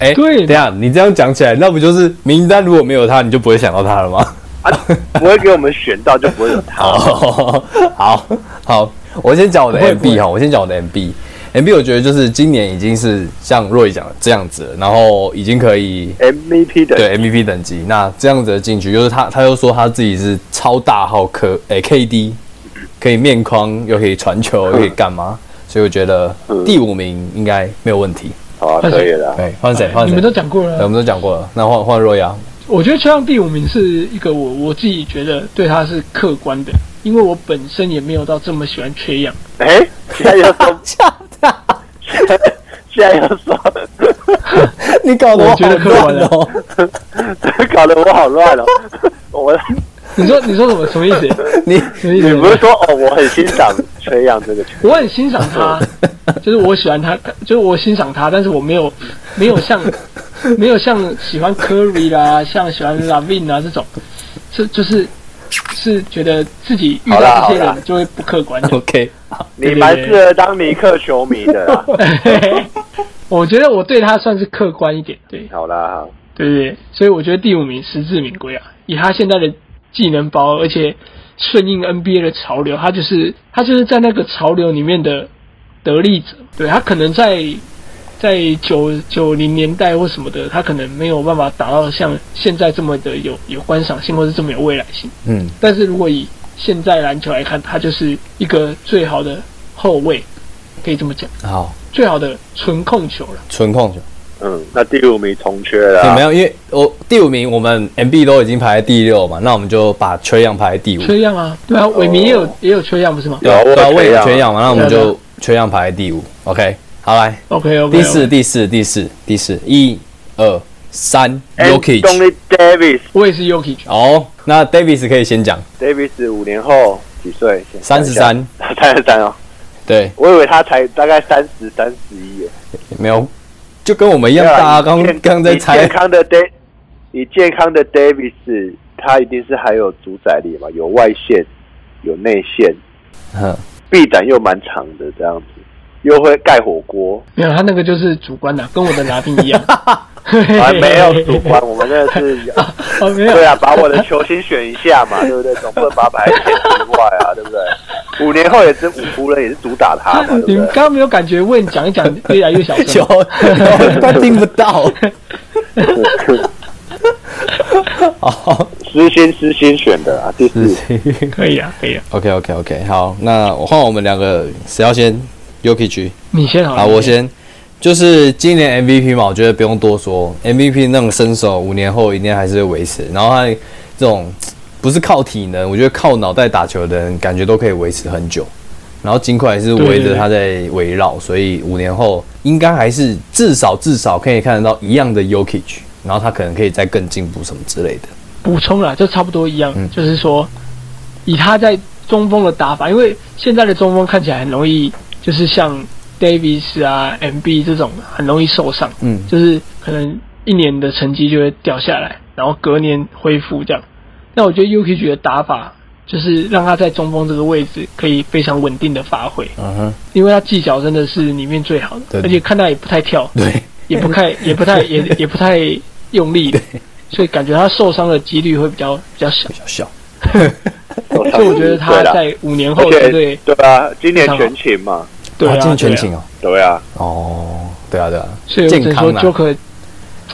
A: 哎、
B: 对
A: 等一下你这样讲起来，那不就是名单如果没有他，你就不会想到他了 吗？
C: 啊，不会给我们选到，就不会有他。
A: 好哦好好，我先讲我的
B: 不会不
A: MB 哈，我先讲我的 MB。MB 我觉得就是今年已经是像若雨讲的这样子了，然后已经可以
C: MVP 的
A: 对 MVP 等级，那这样子的进去，就是他他又说他自己是超大号科诶、KD，可以面框又可以传球又可以干嘛，所以我觉得
C: 嗯
A: 第五名应该没有问题。
C: 好啊，可以了啦。
A: 对，换谁？换
B: 你
A: 谁？
B: 们都讲过了
A: 对，我。们都讲过了，那换换若啊 雅。
B: 我觉得邱亮第五名是一个我我自己觉得对他是客观的，因为我本身也没有到这么喜欢缺氧。
C: 哎，现在又说， 现在又说，
A: 你搞得
B: 我
A: 我
B: 觉
A: 好
B: 得客
A: 乱
B: 观的
A: 哦。
C: 搞得我 好乱哦。我
B: 你 说你说什么什么意思？
A: 你
B: 什么意
C: 你不是
B: 思？
C: 说哦，我很欣赏崔杨这个球
B: 我很欣赏 他，就是我喜欢他，就是我欣赏他，但是我没有没有像没有像喜欢 Curry 啦，像喜欢 Lavin 啊这种，这就是是觉得自己遇
C: 好啦
B: 到这些
C: 好啦
B: 人就会不客观。
A: OK，
C: 员，你蛮适合当尼克球迷的 啦。
B: 我觉得我对他算是客观一点，对。
C: 好啦，
B: 对对，对所以我觉得第五名实至名归啊！以他现在的技能包，而且顺应 NBA 的潮流，他就是他就是在那个潮流里面的得力者。对他可能在在九九零年代或什么的，他可能没有办法达到像现在这么的有有观赏性，或是这么有未来性。
A: 嗯，
B: 但是如果以现在篮球来看，他就是一个最好的后卫，可以这么讲，
A: 好，
B: 最好的纯控球了。
A: 纯控球。
C: 嗯，那第五名重缺
A: 对，没
C: 啦。
A: 有，因为我第五名，我们 MB 都已经排在第六嘛，那我们就把缺氧排在第五。
B: 缺样啊，对啊，伟明也有、也有缺样不是吗？
A: 对啊，
C: 有
A: 对啊，
C: 我有
A: 我也有
C: 缺
A: 缺
C: 氧
A: 氧嘛，那我们
B: 对啊对
A: 就缺氧排在第五。OK，好来，
B: OK OK，
A: 第四，第四，第四，第四，一、二、三 y o k i c
C: Anthony Davis
B: 我也是啊 Yuki，
A: 哦，那 Davis 可以先讲，
C: Davis 五年后几岁？
A: 三十三，
C: 三十三哦。
A: 对，
C: 我以为他才大概三十、三十一耶。
A: 没有，就跟我们一样，
C: 对啊
A: 大家刚
C: 以健
A: 刚刚在
C: 以
A: 猜
C: 健，康的 Day，以健康的 Davis，他一定是还有主宰力嘛，有外线，有内线，
A: 嗯，
C: 臂展又蛮长的这样子，又会盖火 锅，
B: 没有他那个就是主观的、跟我的拿定一 样。
C: 啊
B: 还
C: 没有主观，我们那个是。
B: 哦，没有
C: 对啊，把我的球星选一下嘛， 对不对？总不能把他摆在前之外啊，对不对？五年后也是五湖人也是主打他 嘛，
B: 你
C: 对不
B: 们
C: 对？
B: 刚刚没有感觉问讲一讲越来越小
A: 有
B: 声，
A: 有他听不到， 好
C: 私心私心选的啊，第四
B: 可以啊，可以啊，
A: ，OK OK OK，好，那我换我们两个，谁要先 y o k i c
B: 你先好了。
A: 好，我先，就是今年 MVP 嘛，我觉得不用多说，MVP 那种身手，五年后一定还是会维持。然后他这种不是靠体能，我觉得靠脑袋打球的人，感觉都可以维持很久。然后金块也是围着他在围绕，所以五年后应该还是至少至少可以看得到一样的 Yokich，然后他可能可以再更进步什么之类的。
B: 补充啦，就差不多一样，
A: 嗯
B: 就是说，以他在中锋的打法，因为现在的中锋看起来很容易，就是像 Davis 啊、MB 这种很容易受伤，
A: 嗯
B: 就是可能一年的成绩就会掉下来，然后隔年恢复这样。那我觉得 UK 局的打法就是让他在中锋这个位置可以非常稳定的发挥，
A: 嗯哼，
B: 因为他技巧真的是里面最好的，
A: 对
B: 而且看他也不太跳，
A: 对，
B: 也不太也不太也也不太用力，所以感觉他受伤的几率会比较比较小
A: 比。较小。
B: 所
C: 所
B: 以哎我觉得他在五年后绝
C: 对
B: 对
C: 啦而且对啊，今年全勤嘛，
B: 对啊，
A: 哇
B: 对
A: 进
B: 啊
A: 全勤哦。
C: 对啊，
A: 哦，对啊对啊，
B: 所以我只能说
A: 健康啊
B: Joker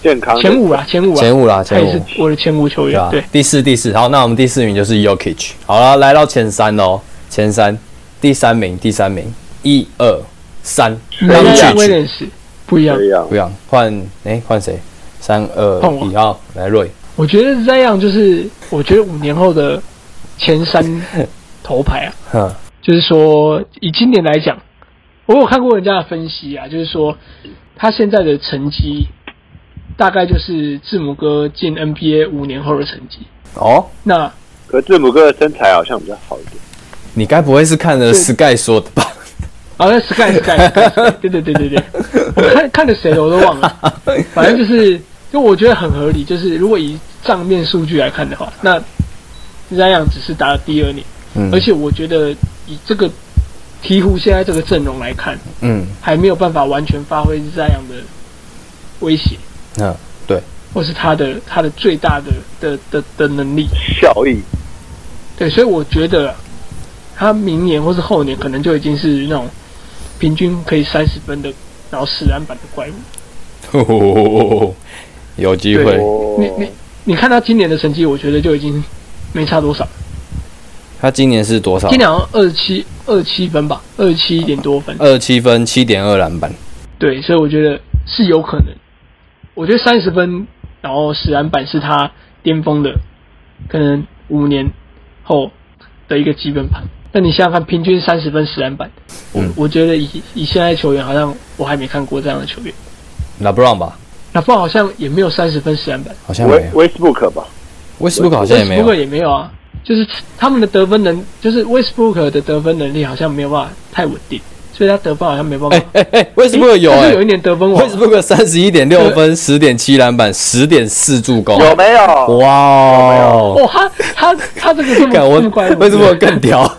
C: 健康的
B: 前五啊，前五啊，
A: 前五啦，
B: 他
A: 前
B: 也
A: 五
B: 是。我的前五球
A: 对
B: 员
A: 啊。
B: 对，，
A: 第四第四，好，那我们第四名就是 Yokich。好了，来到前三哦，前三，第三名，第三名，一二三，
B: 那
C: 不一
B: 跟
C: 样
B: 威廉斯不一样
C: 这。样
A: 不，要换，哎，换谁？三二
B: 换我
A: 一，好，来瑞，
B: 我觉得这样就是，我觉得五年后的前 三头牌啊，
A: 哼，
B: 就是说以今年来讲，我有看过人家的分析啊，就是说他现在的成绩大概就是字母哥进 NBA 五年后的成绩。
A: 哦，
B: 那啊
C: 可字母哥的身材好像比较好一点，
A: 你该不会是看了
B: 对
A: Sky 说的吧？
B: 啊，那 Sky Sky，对对对对对，我看看的谁的我都忘了，反正就是，就我觉得很合理，就是如果以账面数据来看的话，那 Zion 只是打了第二年，
A: 嗯
B: 而且我觉得以这个鹈鹕现在这个阵容来看，
A: 嗯，
B: 还没有办法完全发挥 Zion 的威胁，
A: 嗯，对，
B: 或是他的他的最大的的的的能力，
C: 效益
B: 对，所以我觉得啊他明年或是后年可能就已经是那种平均可以三十分的，然后十篮板的怪物。
A: 嗯 有机
B: 对
A: 会，
C: 哦
B: 你你你看他今年的成绩，我觉得就已经没差多少。
A: 他今年是多少
B: 今？年好像二七二七分吧，二七点多分。
A: 二七分，七点二篮板，
B: 对，所以我觉得是有可能。我觉得三十分，然后十篮板是他巅峰的，可能五年后的一个基本盘。那你想想看，平均三十分十篮板，我、
A: 嗯
B: 我觉得以以现在球员，好像我还没看过这样的球员。
A: 拉布朗吧？
B: 那不好像也没有三十分十篮板，
A: 好像没
C: 威
A: 有，
C: 威斯布鲁克吧，
A: 威斯布鲁克好像也没
B: 布克
A: 有，
B: 也没有啊。就是他们的得分能，就是威斯布鲁克的得分能力好像没有办法太稳定，所以他得分好像没办法。
A: 哎哎哎，威斯布鲁克有
B: 他
A: 哎
B: 是，有一年得 分王啊
A: 威斯布鲁克三十一点六分，十点七篮板，十点四助攻，
C: 有没有？
A: 哇哦！
B: 哦，他他他这个这么
A: 干我
B: 这么怪物，
A: 威斯布鲁克 更屌，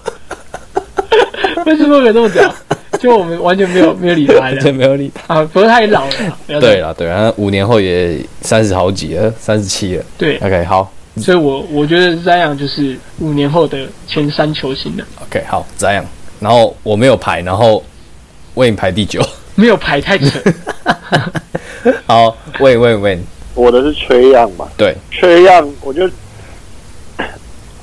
B: 威斯布鲁克这么屌，就我们完全没有没有理他
A: 真
B: 的
A: 没有理他。
B: 啊，不过他也老了啦，不要这
A: 对
B: 样
A: 了，对了，他五年后也三十好几了，三十七了。
B: 对，
A: OK，好
B: 所以我我觉得 Zion 就是五年后的前三球星了，
A: ，OK，好，这样。然后我没有排，然后魏排第九。
B: 没有排太扯，
A: 好，魏魏魏，
C: 我的是崔样嘛，
A: 对，
C: 崔样，我觉得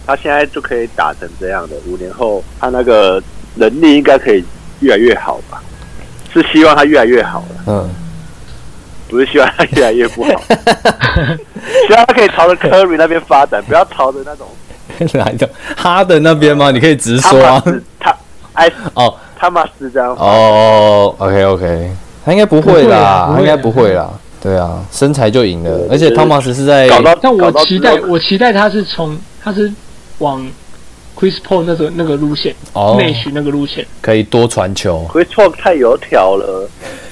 C: 他现在就可以打成这样的，五年后他那个能力应该可以越来越好吧？是希望他越来越好了，
A: 嗯，
C: 不是希望他越来 越不好。希望他可以朝着科瑞那边发展，不要朝着那种
A: 哪一种？哈登那边吗？
B: 呃
A: 你可以直
C: 他
A: 说
C: 妈
A: 啊。
C: 是他哎
A: 哦
C: 他妈是这样发展
A: 哦，OK OK，他应该不会啦，
B: 不会啊不会啊呃
A: 他应该不会啦。对啊，身材就赢了
C: 对，
A: 而且汤马斯是在
C: 搞到
B: 但哎我
C: 搞到
B: 期待
C: 之后
B: 我期待他是从他是往 Chris Paul 那个那个路线，
A: 哦，
B: 内许那个路线，
A: 可以多传球。
C: Chris Paul 太油条了，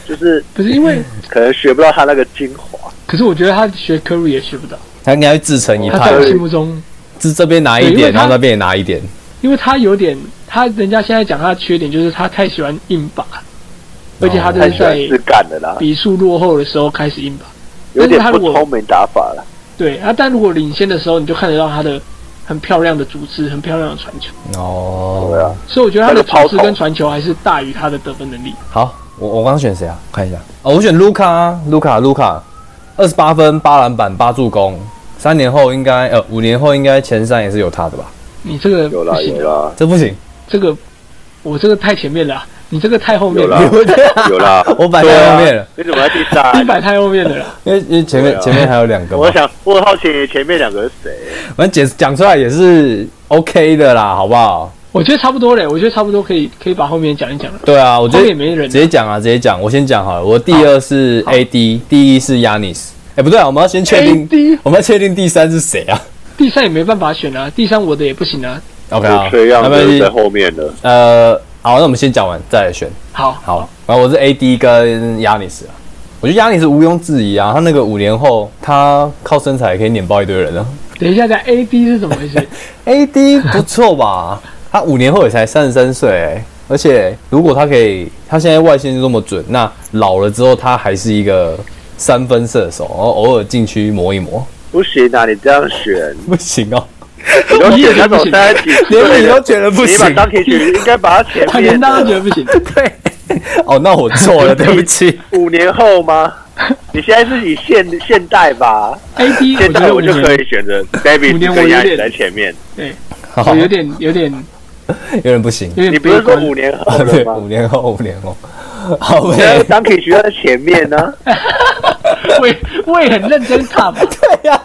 C: 就是
B: 不是因
A: 嗯
B: 为，
C: 可能学不到他那个精华。
B: 可是我觉得他学 Curry 也学不到，
A: 他应该会自成一
B: 他
A: 派
B: 在，我
C: 啊对
B: 心目中，
A: 自这边拿一
B: 对因为
A: 点，
B: 他
A: 然后那边也拿一点。
B: 因为他有点，他人家现在讲他的缺点就是他太喜欢硬拔，而且他就
C: 哦太
B: 是
C: 喜欢
B: 在
C: 自干的啦，
B: 比数落后的时候开始硬拔，
C: 有点
B: 但是他
C: 不
B: 如果
C: 聪明打法了。
B: 对啊，但如果领先的时候，你就看得到他的很漂亮的组织，很漂亮的传球，
A: 哦，
C: 对啊，
B: 所以我觉得他的
C: 他的抛
B: 组
C: 投
B: 织跟传球还是大于他的得分能力。
A: 好，我我刚刚选谁啊？看一下，哦，我选卢卡啊，卢卡，卢卡，二十八分，八篮板，八助攻，三年后应该呃，五年后应该前三也是有他的吧？
B: 你这个
C: 有
B: 不
C: 啦
B: 行
C: 有
B: 啊，
C: 啦，
A: 这不行，
B: 这个我这个太前面了啊、你这个太后面
C: 有啦
B: 了，
C: 有啦，
A: 我摆
C: 对
A: 在
C: 啊
A: 后面了，
C: 你怎么要第 三？
B: 一百太后面的了。
A: 因为因为前
C: 对
A: 面
C: 啊
A: 前面还有两个嘛
C: 我，想，我很好奇前面两个是谁？
A: 反正解讲出来也是 OK 的啦，好不好？
B: 我觉得差不多嘞，我觉得差不多可以可以把后面讲一讲了。
A: 对啊，我觉
B: 后
A: 得
B: 面没人
A: 直接讲啊，直接讲，我先讲好了。我第二是
B: 好
A: AD，第一是 Yanis。哎，不对啊，我们要先确定
B: AD，
A: 我们要确定第三是谁啊
B: 第三也没办法选啊，第三我的也不行啊。
A: ？OK 啊，
C: 就这样
A: 那没关
C: 的
A: 系
C: 在后面了。
A: 呃，好，那我们先讲完再来选。
B: 好，
A: 好，然后我是 AD 跟亚尼斯啊，我觉得亚尼斯毋庸置疑啊，他那个五年后他靠身材可以碾爆一堆人啊。
B: 等一下，讲 AD 是怎么回事？
A: AD 不错吧？ 他五年后也才三十三岁欸，而且如果他可以，他现在外线就这么准，那老了之后他还是一个三分射手，然后偶尔禁区磨一磨，
C: 不行啊，你这样选，
A: 不行哦，
C: 你都选那
B: 不
C: 种
B: 行
C: 三十几岁
A: 连
C: 的，
A: 你都觉得不
C: 你把
A: 行，
C: 张庭选应该把他前
B: 他
C: 面
B: 连当然觉得
C: 的
B: 不 行，
A: 对， 哦，那我错了，对不起。
C: 五年后吗？你现在是以现现代吧，
B: AD
C: 现
B: 我觉
C: 代
B: 得
C: 我就可
B: 以，
C: 以选择 David
B: 五年
C: 跟
B: 我有
C: Yanis
B: 点
C: 在前面。
B: 对，
A: 好
B: 我，有点有点
A: 有点不行。
B: 有点
C: 你
B: 悲
C: 不是说
B: 观。
C: 五年后
A: 啊，对
C: 了， 啊
A: 五
C: 吗？
A: 年后，五年后，好
C: 那
A: 呗。
C: 张庭学在前面呢、
B: 我也我也很认真看吧，
C: 啊
A: 对呀、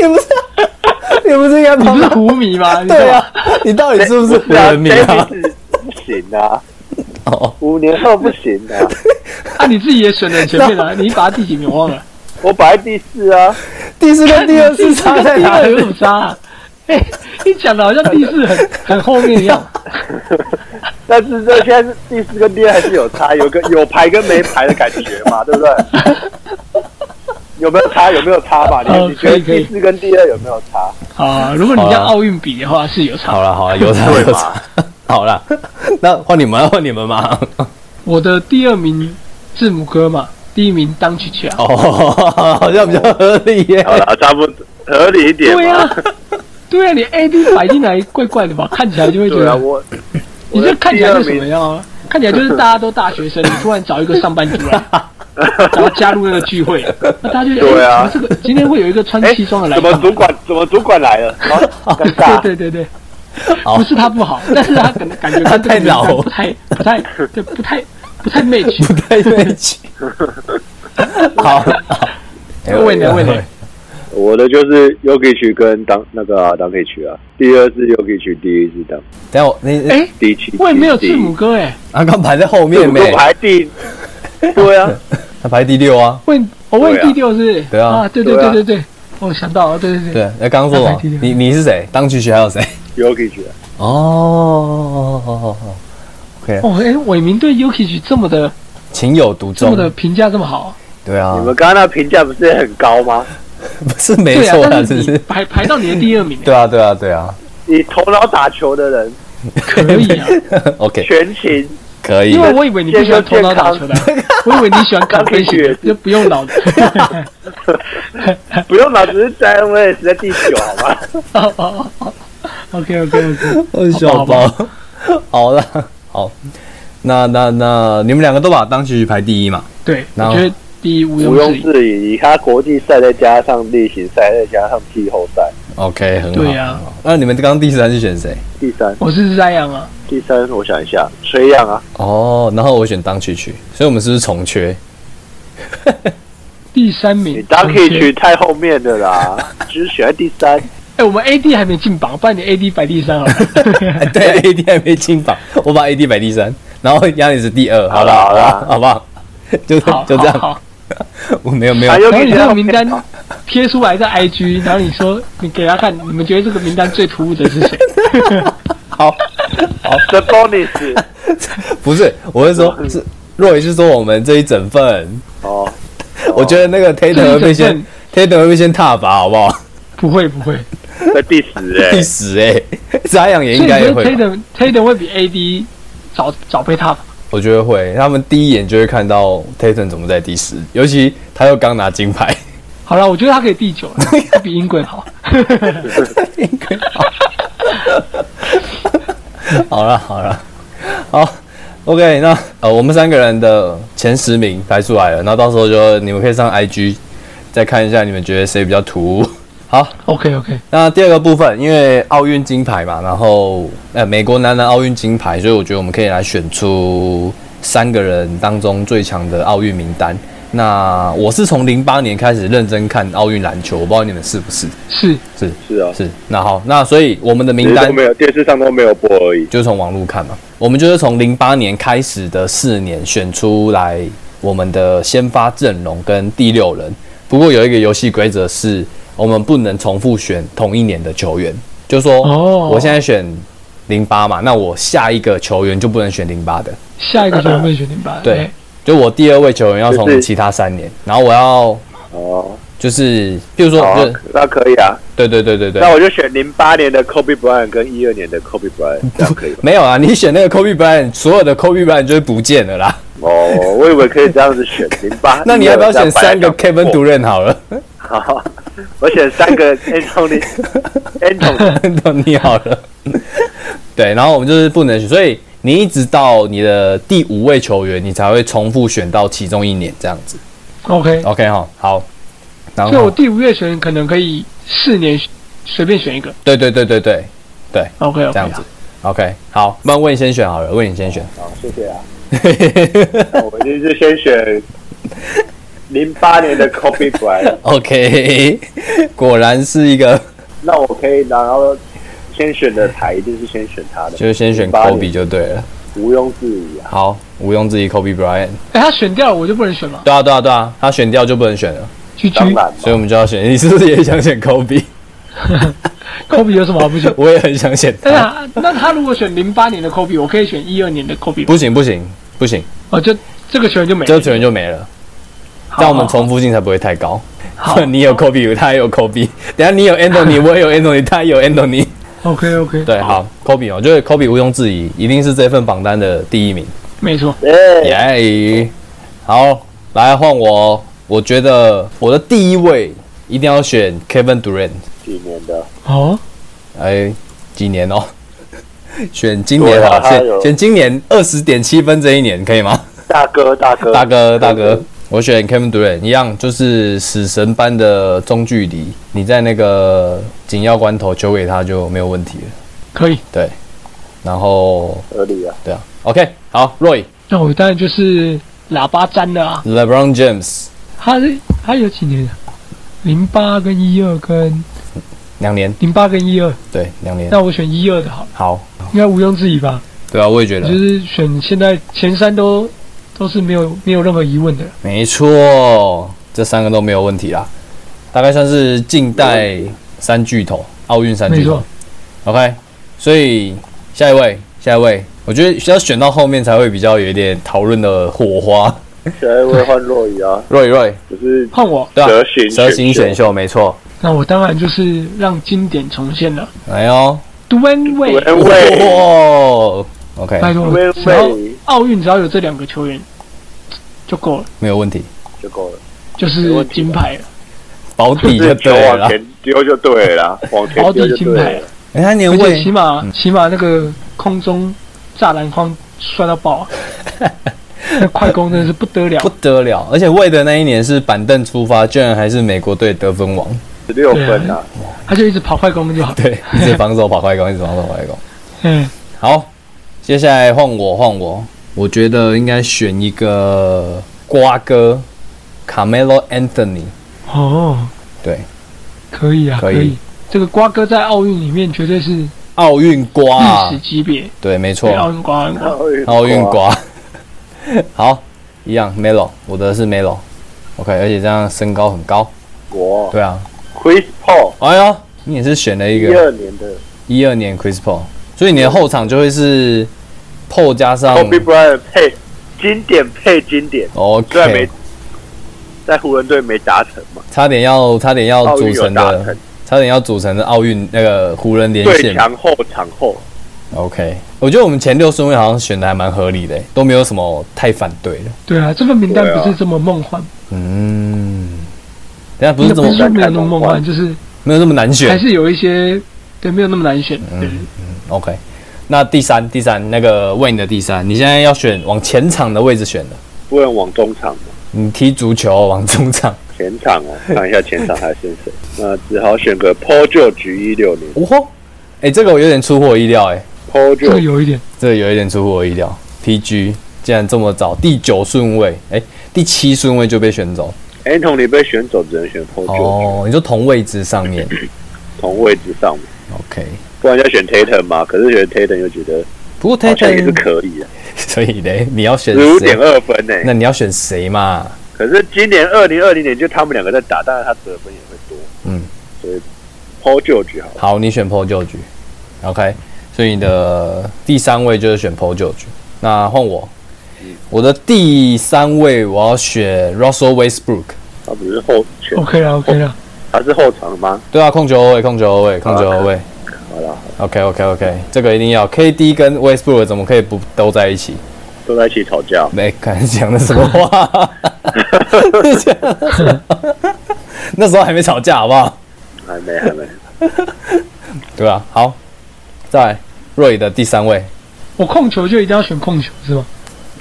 A: 你不是， 你不是应该
B: 你
A: 帮
B: 不是
A: 他？
B: 胡迷 吗？你知道
A: 对呀、
B: 吗
A: 你到底是不是湖
C: 啊
A: 人迷啊？
C: ？Davis 不行 啊，
A: 哦，
C: 五年后不行啊，
B: 啊，你自己也选了前面 了，你把他第几名忘了？
C: 我摆在第四啊。
A: 第四跟第二是差在
B: 第
A: 哪
B: 二有
A: 里
B: 什？么差、啊？ 哎、你讲的好像第四很很后面一 样。
C: 但是 这现在是第四跟第二还是有差，有个有排跟没排的感觉嘛，对不对？有没有差？有没有差嘛？你
B: 哦
C: 你觉得
B: 可以
C: 第四跟第二有没有差？
B: 啊，如果你
A: 好啦
B: 要奥运比的话，是有差。
C: 啊
A: 好了好了，有差
C: 对
A: 有
C: 嘛
A: 差。好了，那换你们啊，换你们嘛。
B: 我的第二名字母哥嘛，第一名当曲曲啊。
A: 哦，好像比较合理耶。
C: 好了，差不多合理一点
B: 对
C: 嘛。
B: 啊，对啊，你 AD 摆进来怪怪的吧？看起来就会觉
C: 对啊，
B: 得，
C: 我
B: 你这看起来
C: 我
B: 就
C: 的
B: 什
C: 第二
B: 么
C: 名
B: 样啊？看起来就是大家都大学生，你突然找一个上班族 来，然后加入那个聚会，那大家就觉得
C: 对啊
B: 哎怎么这个今天会有一个穿
C: 哎，
B: 西装的来
C: 怎么
B: 干嘛
C: 主管怎么主管来了？好尴尬。
B: 对对对对，
A: 好
B: 不是他不好，但是他可能感觉跟
A: 他
B: 这个
A: 太老
B: 名单不太不太对，不太不太 match。
A: 不太对劲。好，好
B: 问你问你，
C: 我的就是 Yogi 区跟当那个啊当 K 区啊，第二是 Yogi 区，第一是当
A: 等一下我那
B: 哎，
C: 第七。
B: 我也没有
C: 第
B: 字
C: 一
B: 母，哥哎，
A: 阿刚排在后
C: 字
A: 面
C: 母
A: 没？
C: 都排第， 对啊，
A: 他排第六啊。
B: 问我问第六是？
A: 对啊
B: 啊，对对
C: 对啊
B: 对对对，我想到了，对对对，
A: 对，那刚刚说什
B: 他排第
A: 么
B: 六
A: 你你是谁？当局学还有谁？
C: Yogi 区。
A: 哦，OK，
B: 哦，哎，伟明对 Yuki 这么的
A: 情有独
B: 这么
A: 钟，
B: 的评价这么好，
A: 对啊
C: 你，们刚刚那评价不是也很高吗？
A: 不是没
B: 对啊
A: 错，啊，
B: 但
A: 只
B: 是你
A: 是
B: 排排到你的第二名，
A: 对啊，对啊，对啊
C: 以头脑打球的人，
B: 可以啊，
A: ，OK，
C: 全勤
A: 可以
B: 因，为我以为你不喜欢头脑打球的，我以为你喜欢砍分型的，就不用脑子。
C: 不用脑子在 NS 在第九，好吗？
B: 哦哦哦，OK OK OK，
A: 我
B: 好吧
A: 包，好 了，好，那那那你们两个都把当局排第一嘛？
B: 对，我
A: 然后
B: 觉得第一毋
C: 毋
B: 庸置
C: 庸
B: 疑。
C: 置疑，他国际赛再加上例行赛，再加上季后赛，
A: OK，很好。
B: 对啊
A: 很好那你们刚刚第三是选谁？
C: 第三，
B: 我是这样啊，
C: 第三，我想一下，崔样啊，
A: 哦，然后我选当曲曲，所以我们是不是重缺？
B: 第三名。
C: 你当 K
B: 同学
C: 区太后面 的啦，只选在第三，
B: 哎、我们 AD 还没进榜，不然你 AD 摆第 三好
A: 哎，
B: 了。
A: 对啊，AD 还没进榜，我把 AD 摆第三，然后亚里是第二，好
C: 好
A: 了，
C: 啦
A: 好了，
C: 好啦
A: 好不好？就
B: 好，
A: 就这样，
B: 好好
A: 我没有没有
C: 还，有
B: 然后
C: 给
B: 你这
C: 他
B: 个名单贴出来在 IG，然后你说你给他看，你们觉得这个名单最突兀的是 谁？
A: 好，
C: The bonus
A: 不是，我是说，是若雨是说我们这一整份，
C: 哦，
A: 我觉得那个 Tatum 会被 先 Tatum 会被先踏伐，好不好？
B: 不会不会，
C: 得在 第十哎
A: 第，十哎，扎养也
B: 所
A: 应
B: 以
A: 该也
B: 你觉
A: 会
B: 得
A: 吧，
B: Tatum Tatum 会比 AD 早早被踏伐？
A: 我觉得会，他们第一眼就会看到 Tatum 怎么在第十，尤其他又刚拿金牌，
B: 好了，我觉得他可以 第九了，他比英棍好。
A: 应该好。 好了好了，好，OK，那呃，我们三个人的前十名排出来了，那到时候就你们可以上 IG 再看一下，你们觉得谁比较突兀。好，
B: OK OK，
A: 那第二个部分，因为奥运金牌嘛，然后呃，美国男篮奥运金牌，所以我觉得我们可以来选出三个人当中最强的奥运名单。那我是从零八年开始认真看奥运篮球，我不知道你们是不是？
B: 是
A: 是
C: 是啊，
A: 是。那好，那所以我们的
C: 只
A: 名
C: 是都
A: 单
C: 没有电视上都没有播而已。
A: 就是从网络看嘛。我们就是从零八年开始的四年选出来我们的先发阵容跟第六人。不过有一个游戏规则是，我们不能重复选同一年的球员。就是说，
B: 哦
A: 我现在选零八嘛，那我下一个球员就不能选零八的，
B: 下一个球员被选哎零八，
A: 对就我第二位球员要
C: 就
A: 从
C: 是
A: 其他三年，然后我要
C: 哦，
A: 就是，比如说，
C: 好啊
A: 就
C: 那可以啊。
A: 对对对哦对对，
C: 那我就选零八年的 Kobe Bryant 跟一二年的 Kobe Bryant，这样可以吗？
A: 没有啊，你选那个 Kobe Bryant，所有的 Kobe Bryant 就是不见了啦。
C: 哦，我以为可以这样子选零八。
A: 那你要不要选三个
C: 12
A: Kevin Durant 好了？
C: 好， 我选三 个 Anthony Anthony。
A: 都你好了。对，然后我们就是不能选，所以你一直到你的第五位球员，你才会重复选到其中一年这样子。
B: ，OK。
A: OK 哈，好。然
B: 所以我
A: 后，
B: 第五月选可能可以四年随便选一个
A: 对对对对对，
B: ，OK OK，
A: 这样子。OK，好，那问你先选好了，问你先选。
C: 好，谢谢啊。那我就是先选零八年的 Kobe Bryant，
A: OK，果 然是一个，
C: 那我可以拿到先选的牌，一定是先选他的，
A: 就是先选
C: 08
A: Kobe
C: 年
A: 就对了。
C: 毋庸置疑啊。
A: 好，毋庸置疑，Kobe Bryant。
B: 哎，他选掉了我就不能选吗？
A: 对啊，对啊，对啊，他选掉就不能选了，
B: 居居
C: 当然嘛，
A: 所以我们就要选。你是不是也想选 Kobe？
B: 科比有什么好
A: ？
B: 不选
A: 我也很想选他。
B: 哎呀，那他如果选零八年的科比，我可以选一二年的科比，
A: 不行，不行，不行，
B: 哦，就这个球员就没了。
A: 这个球员就没了。
B: 好，
A: 这样我们
B: 好
A: 重复性才不会太高。
B: 哦好
A: 你有 Kobe，他也有 Kobe。等下你有 Anthony，我也有 Anthony，他也有 Anthony。
B: OK OK，
A: 对，好，Kobe 哦，就是 Kobe 毋庸置疑，一定是这份榜单的第一名。
B: 没错，
A: 耶、
C: 耶，
A: 好，来换我哦。我觉得我的第一位一定要选 Kevin Durant。
C: 几年的？
B: 哦，
A: 哎，几年哦？ 选今年
C: 对
A: 好
C: 啊
A: 了，
C: 他有
A: 选选今年二十点七分这一年可以吗？
C: 大哥，大哥，
A: 大哥，大哥，，我选 Kevin Durant，一样就是死神般的中距离，你在那个紧要关头球给他就没有问题了。
B: 可以。
A: 对，然后
C: 合理啊。
A: 对啊，OK，好，Roy，LeBron
B: 那我当然就是喇叭粘了啊。
A: James
B: 他是他有几年啊？零八跟一二跟
A: 两年，
B: 零八跟一二，
A: 对，两年，
B: 那我选一二的好了，
A: 好，
B: 应该毋庸置疑吧？
A: 对啊，我也觉
B: 我
A: 得
B: 就，是选现在前三都都是没有没有任何疑问的。
A: 没错，这三个都没有问题啦，大概算是近代三巨头，奥运三
B: 没
A: 巨头
B: 错，
A: ，OK，所以下一位，下一位，我觉得需要选到后面才会比较有一点讨论的火花。
C: 下一位换若雨啊，
A: 瑞瑞，
C: 只是
B: 换我，
A: 对啊，
C: 蛇形
A: 蛇形选
C: 选
A: 秀没错。
B: 那我当然就是让经典重现了。
A: 哎呦，
B: Dwayne Wade，
C: 文蔚，
A: 哇，OK，
B: 拜托
C: Dwayne，
B: 只要
C: Wade
B: 奥运只要有这两个球员就够了，
A: 没有问题，
C: 就够了，
B: 就是
C: 没问题啊
B: 金牌了。
A: 保底
C: 就
A: 就是
C: 球
A: 对了
C: 往
A: 啦。
C: 前丢就对了啦，往前
B: 保
C: 丢
B: 底
C: 就
B: 金
C: 对
B: 牌
C: 了
B: 了。，
A: 哎，他年
B: 而且起
A: 位
B: 码起码那个空中栅栏框摔 到爆啊，那快攻真的是不得了
A: 不。得了，而且魏的那一年是板凳出发，居然还是美国队得分王。
C: 十六分啊，
B: 他就一直跑快攻就好。
A: 对，一直防守跑快攻，一直防守跑快攻。
B: 嗯，
A: 好，接下来换我，换我，我觉得应该选一个瓜哥，Carmelo Anthony。
B: 哦，
A: 对，
B: 可以啊，
A: 可
B: 可
A: 以
B: 这个瓜哥在奥运里面绝对是历
A: 奥运瓜啊
B: 史，级别，
A: 对，没错
B: 对，奥运瓜，奥运瓜
A: 奥运，
C: 啊
A: 瓜。 好，一样 Melo，我的是 Melo。OK，而且这样身高很高。
C: 国
A: 对啊，
C: Chris Paul
A: 哎呦，你也是选了一
C: 一
A: 个
C: 二年的
A: 一二年 Chris Paul，所以你的后场就会是 Paul 加上
C: Kobe Bryant 配经典配经典，虽然没
A: OK，
C: 在湖人队没达成嘛，
A: 差点要差点要
C: 奥
A: 组
C: 运有
A: 成
C: 达
A: 的
C: 成，
A: 差点要组成的奥运那个湖人连
C: 最
A: 线。
C: 强后场后，
A: OK，我觉得我们前六顺位好像选的还蛮合理的，都没有什么太反对的。
B: 对啊，这份名单
C: 对啊
B: 不是这么梦幻，
A: 嗯，等一下不
B: 那
A: 是这
B: 不
A: 么
B: 是说没有那么
C: 难看
B: 梦
C: 梦
B: 幻，
C: 幻
B: 就是
A: 没有这么难选
B: 还。是有一些对没有那么难选。对，
A: 嗯 OK，那第三第三那个 Wayne 的第三，你现在要选往前场的位置选的，
C: 不能往中场嘛，
A: 你踢足球往中场，
C: 前场哦，看一下前场还有谁谁，那只好选个 Paul George 一六年
A: 哦吼，哎、这个我有点出乎我意料、哎，
C: ，Paul
B: 这个
C: George
B: 有一点，
A: 这个有一点出乎我意料。PG 竟然这么早，第九顺位，哎、第七顺位就被选走。
C: Anthony 被选走，只能选 Paul George，
A: 哦，你说同位置上 面
C: 同位置上面，
A: ，OK。
C: 不然要选 Tatum 嘛，可是选 Tatum 又觉得
A: 不过
C: 好像也是
A: Tatum，
C: 可以 的，啊
A: 所以嘞，你要选
C: 十五点
A: 谁？
C: 二分呢、
A: 那你要选谁嘛？
C: 可是今年二零二零年就他们两个在打，当然他得分也会多。
A: 嗯，
C: 所以 Paul George 好了，
A: 好，你选 Paul George，OK，、所以你的第三位就是选 Paul George。那换我，
C: 嗯
A: 我的第三位我要选 Russell Westbrook。
C: 他不是后全，
A: 哦
B: OK 啦 OK 啦，
C: 他是后场吗？
A: 对啊，控球后卫，控球后卫，控球后卫。
C: 好了，好啦
A: OK OK OK，这个一定要。KD 跟 Westbrook 怎么可以不都在一起？
C: 都在一起吵架。
A: 没看讲的什么话？ 那时候还没吵架，好不好？
C: 还没，还没。
A: 对吧、好，再来瑞的第三位。
B: 我控球就一定要选控球是吧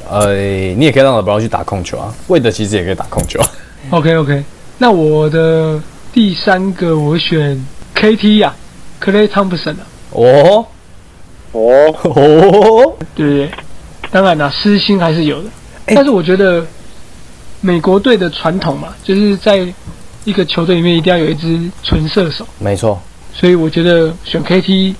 A: 呃，你也可以让 LeBron 去打控球啊，魏德其实也可以打控球。啊
B: ？OK OK，那我的第三个我选 KT 呀、啊、，Clay Thompson 啊，
A: 哦
C: 哦，
A: 哦，
B: 对不对？当然啦、私心还是有的，
A: 哎
B: 但是我觉得美国队的传统嘛，就是在一个球队里面一定要有一支纯射手，
A: 没错，
B: 所以我觉得选 KT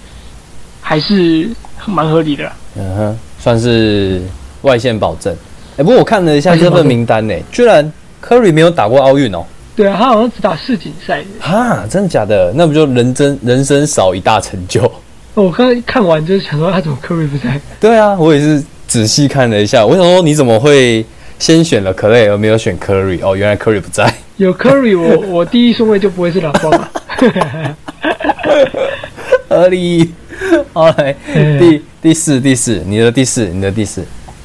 B: 还是蛮合理的啦。
A: 嗯哼，算是外线保证。哎、不过我看了一下这份名单呢、 居然 Curry 没有打过奥运哦。
B: 对啊，他好像只打世锦赛。
A: 哈，真的假的？那不就人生人生少一大成就？
B: 哦我刚才看完就是想说，啊他怎么 Curry 不在？
A: 对啊，我也是仔细看了一下，我想说你怎么会先选了 Clay 而没有选 Curry？哦，原来 Curry 不在。
B: 有 Curry，我我第一顺位就不会是老啊方 了。
A: 合理。 好来，
B: 嗯
A: 第第四第四，你的第四，你的第四。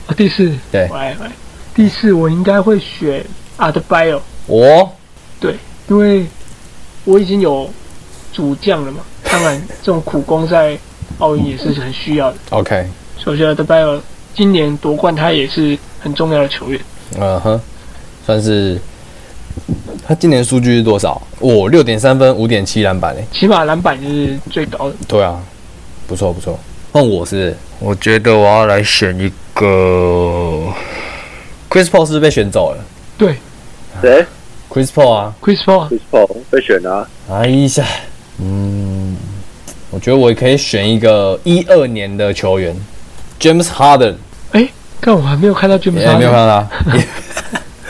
B: 哦第四，
A: 对
B: 我来我来，第四我应该会选 a d b i o
A: 我
B: 对，因为我已经有主将了嘛，当然这种苦工在奥运也是很需要的。
A: OK，
B: 所以我觉得 a d b i o 今年夺冠他也是很重要的球员。
A: 嗯哼，算是他今年数据是多少？我六点三分，五点七篮板诶。
B: 起码篮板是最高的。
A: 对啊，不错不错。换我是我觉得我要来选一个 Chris Paul 是不是被选走了
B: 对
C: 谁
A: ，Chris Paul 啊，
B: ，Chris Paul
C: ？Chris Paul 被选啊？
A: 哎呀，嗯，我觉得我可以选一个一二年的球员，James Harden。
B: 哎看我还没有看到 James
A: 也哎没有
B: Harden
A: 看到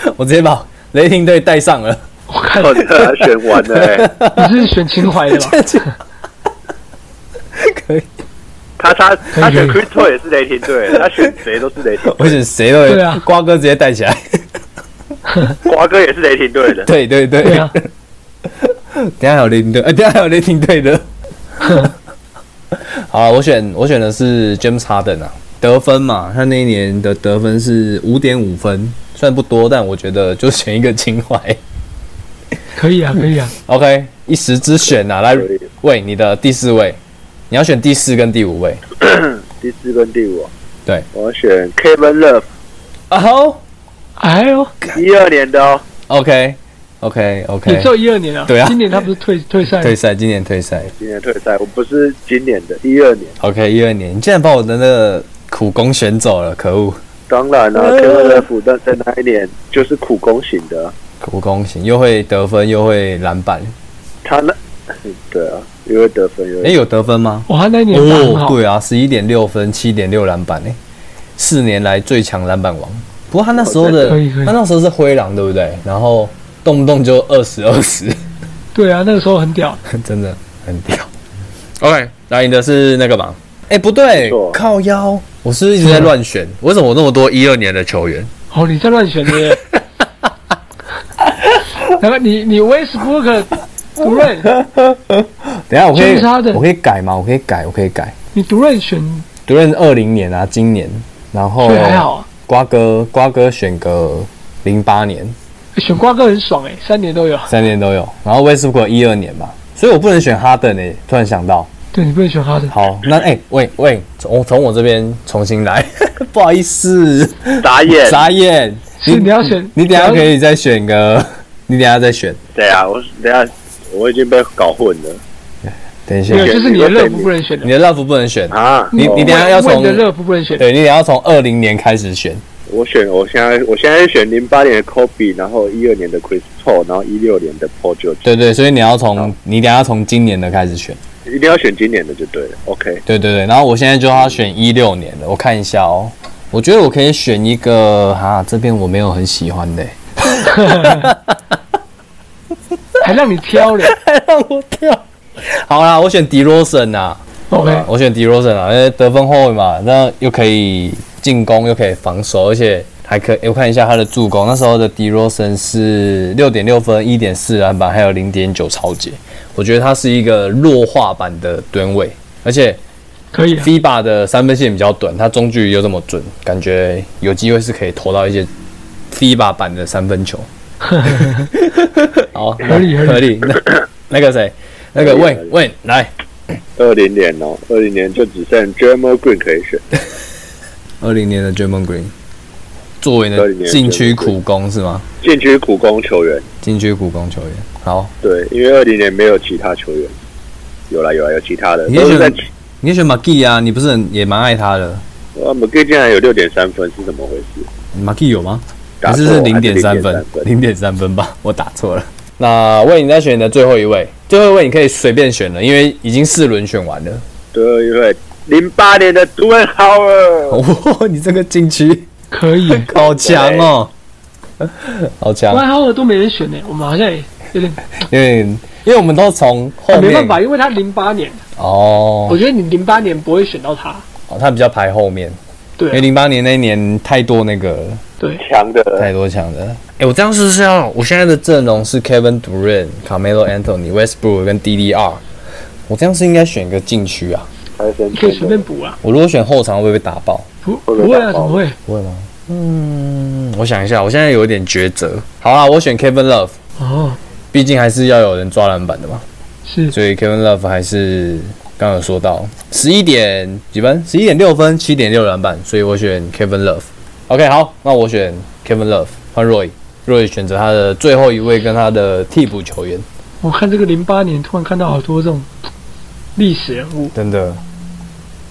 A: 他， 我直接把雷霆队带上了。
B: 我看
C: 哦，你把他选完了、欸。
B: 你是选情怀的吧？
A: 可以，
C: 他他他选
B: 可
C: Chris Paul 也是雷霆队，他选谁都是雷霆。
A: 我选谁都有
B: 对啊
A: 瓜哥直接带 起来。
C: 瓜哥也是雷霆队的。
A: 对对 对，
B: 对啊，
A: 等一下还有雷霆队，哎、等一下还有雷霆队 的。好啊，我选我选的是 James Harden 啊，得分嘛，他那一年的得分是五点五分，虽然不多，但我觉得就选一个情怀。
B: 可以啊，可以啊。
A: OK，一时之选啊，来
C: 可以
A: 喂你的第四位，你要选第四跟第五位
C: 第四跟第五、啊。
A: 对，
C: 我选 Kevin Love，
A: 啊吼
B: 哎呦，
C: 一二年的哦。
A: ，OK OK OK，
B: 也只有一二年啊。
A: 对啊
B: 今年他不是退退赛？
A: 退赛，今年退赛。
C: 今年退赛，我不是今年的，一二年。
A: OK，一二年，你竟然把我的那个苦工选走了，可恶！
C: 当然了、
A: 哎
C: k e v i n Love 但在那一年就是苦攻型的啊，
A: 苦工型又会得分又会篮板，
C: 他那 对啊，因为得分，因
A: 诶，
C: 为
A: 有得分吗？
B: 哇，他那一年打很好。
A: 对啊，十一点六分，七点六篮板诶，四年来最强篮板王。不过他那时候的
B: 哦可以可，以
A: 他那时候是灰狼对不对？然后动不动就二十二十，
B: 对啊，那个时候很屌。
A: 真的很屌。OK，来赢的是那个吧？诶，不对
C: 没错，
A: 靠腰，我是不是一直在乱选？ 为什么我那么多一二年的球员？
B: 哦，你在乱选 的。然后你你 Westbrook 独任，
A: 等一下我可
B: James Harden
A: 以，我可以改吗？我可以改，我可以改。
B: 你独任选
A: 独任二零年啊，今年，然后
B: 对还好啊，
A: 瓜哥瓜哥选个零八年，
B: 选瓜哥很爽哎，三年都有。
A: 三年都有，然后威斯布鲁克一二年吧，所以我不能选哈登诶、突然想到，
B: 对你不能选哈登，
A: 好，那哎、喂喂，从从我这边重新来， 不好意思，
C: 眨眼，
A: 眨眼，
B: 是你要选
A: 你等一下
B: 你
A: 可
B: 要
A: 以再选个你等一下再选，
C: 对啊，我等一下我已经被搞混了
A: 等一下
B: 没，有，就是你的乐福
C: 你
B: 不能选的
A: 你，的 love 不能选，
C: 啊！
A: 你
C: 哦
A: 你等一下要
B: 问
A: 从
B: 的乐福不能选，
A: 对你得要从二零年开始选，
C: 我选，我现在我现在选零八年的 Kobe，然后一二年的 Chris Paul，然后一六年的 Paul George，
A: 对对，所以你要从
C: 好
A: 你等一下从今年的开始选，
C: 一定要选今年的就对了。OK，
A: 对对对，然后我现在就要选一六年的，我看一下哦，我觉得我可以选一个哈，这边我没有很喜欢的、欸
B: 还让你挑 嘞。
A: 让我跳。好啦，我选迪罗森啊，
B: OK，
A: 我选迪罗森啊，因为得分后卫嘛，那又可以进攻，又可以防守，而且还可以。我看一下他的助攻，那时候的迪罗森是六点六分、一点四篮板，还有零点九超截。我觉得他是一个弱化版的吨位，而且
B: 可以啊。
A: FIBA 的三分线比较短，他中距离又这么准，感觉有机会是可以投到一些 FIBA 版的三分 球。好，合
B: 理合
A: 合理。那那个谁，那个
C: 合理
A: 问
C: 合理
A: 问来，
C: 二零年哦，二零年就只剩 j a m e r Green 可以选。
A: 二零年的 d r a m o n Green 作为你
C: 20年
A: 的
C: 的
A: 禁区苦攻是吗？
C: 禁区苦攻球员，
A: 禁区苦攻球员，好，
C: 对，因为二零年没有其他球员，有啦有啦有其他的，
A: 你
C: 都
A: 可以
C: 是在
A: 选，你可以选 McGee 啊，你不是很也蛮爱他的
C: 我们 g 竟然有六点三分是怎么回事？
A: ？McGee 有吗？
C: 打
A: 还是
C: 错
A: 是
C: 还
A: 零
C: 是
A: 点三分
C: 0.3，分
A: 零点三分吧， 我打错了。那为你再选你的最后一位，最后一位你可以随便选了，因为已经四轮选完 了。
C: 对，因为零八年的 d w a y n Howard，
A: 哇，哦你这个禁区
B: 可以。啊
A: 好强哦， 好强
B: 外！哈尔都没人选呢，我们好像也有点
A: 因为因为我们都从后
B: 啊没
A: 面
B: 办法，因为他零八年，我
A: 哎哦，
B: 觉得你零八年不会选到他。
A: 哦他比较排后面。因为
B: 对啊，
A: 零八年那一年太多那个了
B: 对，
C: 强的
A: 太多强的了。哎、我这样是不是要？我现在的阵容是 Kevin Durant、Carmelo Anthony、Westbrook 跟 DDR。我这样是应该选一个禁区啊？
C: 开生
B: 你可以随便补啊，
A: 我如果选后场会不会被打爆？
B: 不不会啊，怎么会？
A: 不会吗？嗯，我想一下，我现在有点抉择。好啦，我选 Kevin Love，
B: 哦，
A: 毕竟还是要有人抓篮板的嘛。
B: 是
A: 所以 Kevin Love 还是刚刚有说到十一点几分，十一点六分，七点六篮板，所以我选 Kevin Love。OK，好，那我选 Kevin Love，换 Roy，Roy 选择他的最后一位跟他的替补球员，
B: 我看这个零八年，突然看到好多这种历史人物
A: 真的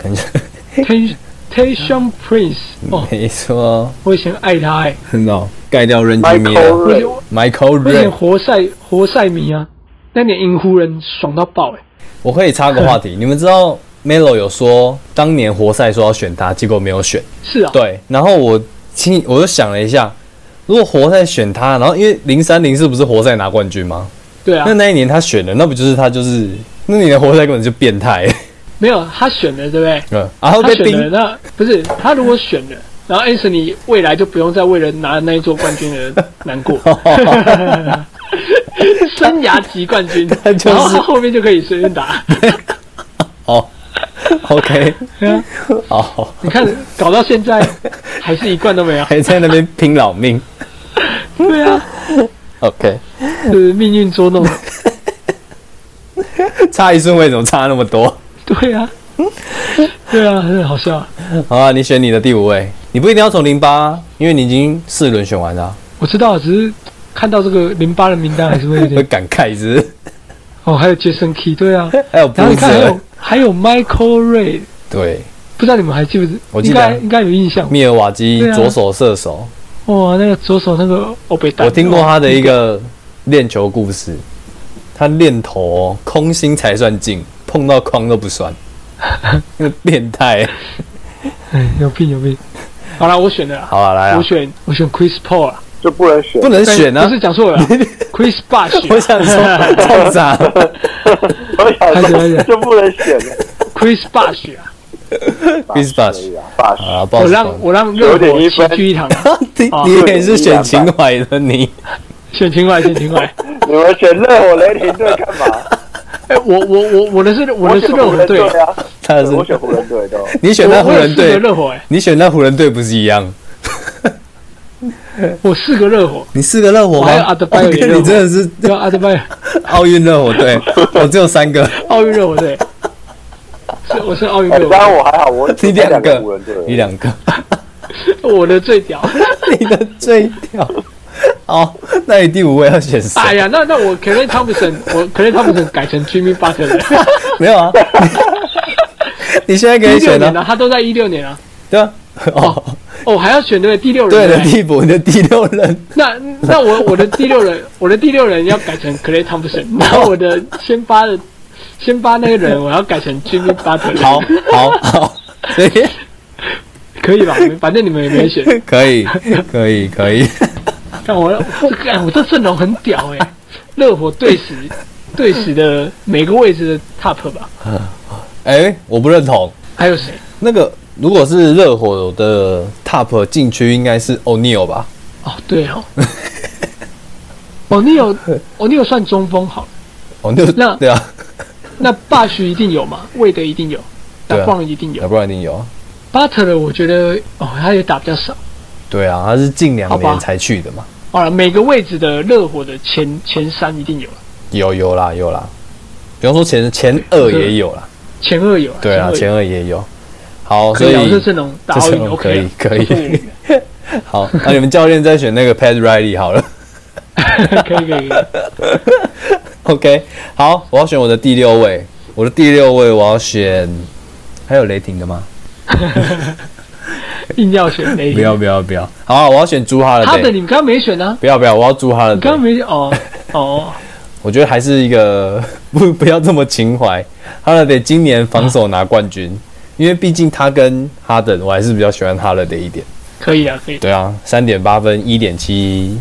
A: 感觉，
B: ，Tay Tayshon Prince，哦
A: 没 错，
B: 我以前爱他哎，
A: 真的盖掉 r a n g m i
C: Michael
A: r
B: 我以
C: Ray，
B: 前我
A: Michael
B: 以前
A: Ray，
B: 活塞活塞迷啊，那年赢湖人爽到爆哎，
A: 我可以插个话题，你们知道 Melo 有说当年活塞说要选他，结果没有选。
B: 是啊，
A: 对，然后我心里我就想了一下，如果活塞选他，然后因为零三零四不是活塞拿冠军吗？
B: 对啊
A: 那，那一年他选的，那不就是他就是那年的活塞根本就变态，
B: 没有他选的对不对？
A: 嗯，然后
B: 他
A: 被
B: 选了，
A: 盯，
B: 那不是他如果选了，然后 Anthony 未来就不用再为了拿那一座冠军而 难过，
A: 哦
B: 生涯级冠军，
A: 他就是
B: 然后他后面就可以随便打。
A: 哦，OK，
B: 对啊
A: 好，
B: 你看，搞到现在还是一冠都没有。
A: 还在那边拼老命
B: 对啊，
A: ，OK，
B: 就是命运捉弄。
A: 差一顺位怎么差那么多？
B: 对啊，对啊，很好笑啊。
A: 好啊，你选你的第五位，你不一定要从零八，因为你已经四轮选完了啊，
B: 我知道，只是看到这个零八的名单还是会有
A: 会
B: 点。
A: 感慨是不
B: 哦，还有 Jason Key，对啊，
A: 是，还有
B: 然
A: 波
B: 后你 看还
A: 泽
B: 有，还有 Michael Ray，
A: 对，
B: 不知道你们还记不记？
A: 我记
B: 应
A: 得啊
B: 该应该有印象。
A: 密尔瓦基
B: 对啊
A: 左手射手。
B: 哇，那个左手那个欧贝达，
A: 我听过他的一个练球故事，他练头哦、空心才算进，碰到框都不 算，那个变态。
B: 哎，有病有病。好了，我选的啦，
A: 好啊，来啊
B: 我，选我选 Chris Paul 啊，
C: 就不能选
A: 不能选
B: 哎
A: 啊
B: 不！是讲错了啦，Chris Bosh，啊
A: 我想说，冲 啥？
C: 我想
B: 开始开始
C: 说就不能选了。
B: Chris Bosh 啊，
A: Chris Bosh
C: 可以啊，Bosh
A: 啊，不好
B: 我
A: 意思
B: 让我让热火齐聚一堂啊，
A: 你你也是选情怀的你，
B: 选情怀选情怀。
C: 你们选热火雷霆队干嘛？
B: 哎，我我我我的是我的是
C: 选
B: 热
C: 湖
B: 火
C: 人
B: 队，
C: 队啊，
A: 他是
C: 我选湖人队的哦。
A: 你选
B: 我
A: 到湖
B: 我有
A: 人
B: 四个
A: 队，
B: 热火哎，
A: 你选到湖人队不是一样？
B: 我四个热火，
A: 你四个热火
B: 我
A: 吗
B: 还有阿德？巴约
A: 我跟
B: 也热火
A: 你真的是
B: 对啊，阿德拜
A: 奥运热火 队，我只有三个，
B: 奥运热火队，是我是奥运
C: 哎
B: 热
C: 当然
B: 火
C: 我还好，我
A: 你两
C: 个
A: 个
C: 湖人队而已，
A: 你两个。
B: 队，我的最屌，
A: 你的最屌。好，那一第五位要选
B: 哎
A: 谁？
B: 呀，那那我 k e r e n Thompson，我 k e r e n Thompson 改成 Jimmy Butler 了。
A: 没有啊， 你现在可以
B: 一六
A: 选
B: 年
A: 啊，
B: 啊，他都在一六年啊。
A: 对啊，哦，
B: 哦，还要选对第六人。
A: 对的
B: 对不对
A: 替补，你的第六人，
B: 那那我我的第六人，我的第六人要改成 Clay Thompson，然后我的先发的先发那个人我要改成 Jimmy Butler。
A: 好，好，好， 所以。
B: 可以吧？反正你们也 没选。
A: 可以，可以，可以。
B: 但我这哎，我这阵容很屌哎、热火队史队史的每个位置的 top 吧？
A: 哎、我不认同
B: 还有谁？
A: 那个。如果是热火的 top 禁区，应该是 O'Neal 吧？
B: 哦，对哦。哦，你有哦，你有算中锋好了。
A: 哦，那
B: 那
A: 对啊，
B: 那霸区一定有嘛？魏德一定有，
A: 对啊
B: 打棒一定
A: 要
B: 有。
A: 不然一定有啊。
B: 巴特勒我觉得哦，他也打比较少。
A: 对啊，他是近两
B: 好吧
A: 年才去的嘛。
B: 好了，每个位置的热火的前前三一定有了，啊
A: 有有啦有啦，比方说前前二也有啦。
B: 前二有了。
A: 对啊，
B: 前
A: 前
B: 二有
A: 二也有。好，
B: 可
A: 所
B: 以
A: 以
B: 啊，这阵容打奥
A: 这阵
B: 运
A: 容
B: OK 啊
A: 可以可以
B: 不错
A: 好，那你们教练再选那个 Pat Riley 好了。
B: 可以可以可以。
A: OK，好，我要选我的第六位，我的第六位我要选，还有雷霆的吗？
B: 硬要选雷霆
A: 不要不要不要，好、啊，我要选朱哈勒。
B: 他的你们刚刚没选啊？
A: 不要不要，我要租他的
B: 你刚刚
A: 队。
B: 没哦 哦，
A: 我觉得还是一个 不不要这么情怀。哈勒德今年防守拿冠军，因为毕竟他跟哈登，我还是比较喜欢哈勒德一点。
B: 可以啊可以。
A: 对啊，三点八分，一点七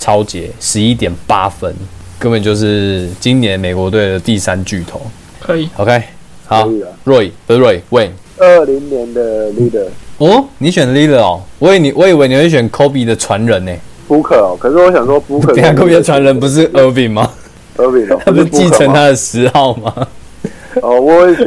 A: 超节，十一点八分，根本就是今年美国队的第三巨头。
B: 可以，
A: OK，好
C: 可以啊
A: ，Roy 不是 Roy，Wayne。
C: 二零年的 leader
A: 哦，你选 l i l a 哦，我以你我以为你会选 Kobe 的传人呢、
C: Booker 哦，可是我想说 Booker
A: 等一下 Kobe 的传人不是 Irving 吗？
C: Irving 哦，
A: 他不
C: 是
A: 是继
C: Booker
A: 承
C: 吗
A: 他的十号吗？
C: 哦，我也选，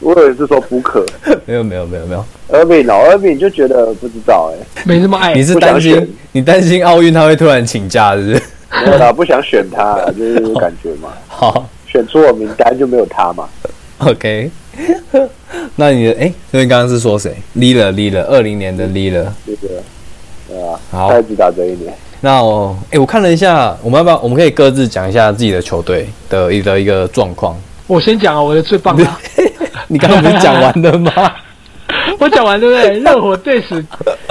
C: 我也是说 Booker
A: 没有没有没 有没有，
C: Irving 哦，Irving 就觉得不知道哎、
B: 没什么爱啊
A: 你。是
C: 不想
A: 担
C: 选
A: 心你担心奥运他会突然请假是不 是？
C: 没有啦，不想选他，就是有感觉嘛。
A: 好
C: 选出我名单就没有他嘛。
A: ，OK。那你的哎，所以刚刚是说谁 l i l a l i l a 二零年的 l i l a
C: 这个，对啊，
A: 好
C: 他只打这一年。
A: 那我哎，我看了一下，我们要不要我们可以各自讲一下自己的球队的一的一个状 况？
B: 我先讲啊，我的最棒啊！
A: 你刚刚不是讲完了 吗？
B: 我讲完对不对？热火队史，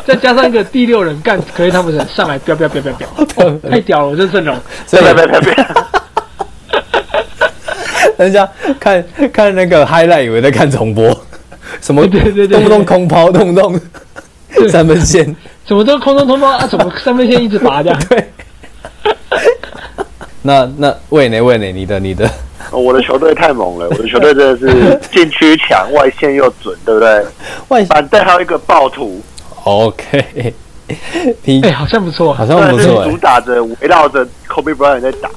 B: 再加上一个第六人干，可以他们人上来飙飙飙飙飙，哦太屌了！我这阵容，
A: 所以
C: 别别，
A: 等一下看看那个 highlight，以为在看重 播，什么
B: 对对对对
A: 动不动空抛，动不动三分线，
B: 怎么都空中通包啊？怎么三分线一直拔掉？
A: 对。那那魏呢？魏呢？你的你 的。
C: 我的球队太猛了，我的球队真的是禁区强，外线又准，对不对？
A: 外
C: 反正还有一个暴徒，
A: OK，皮
B: 哎，好像不错
A: 好
B: 啊，
A: 像不
C: 是
A: 错哎、
C: 主打着围绕着 Kobe Bryant 在打，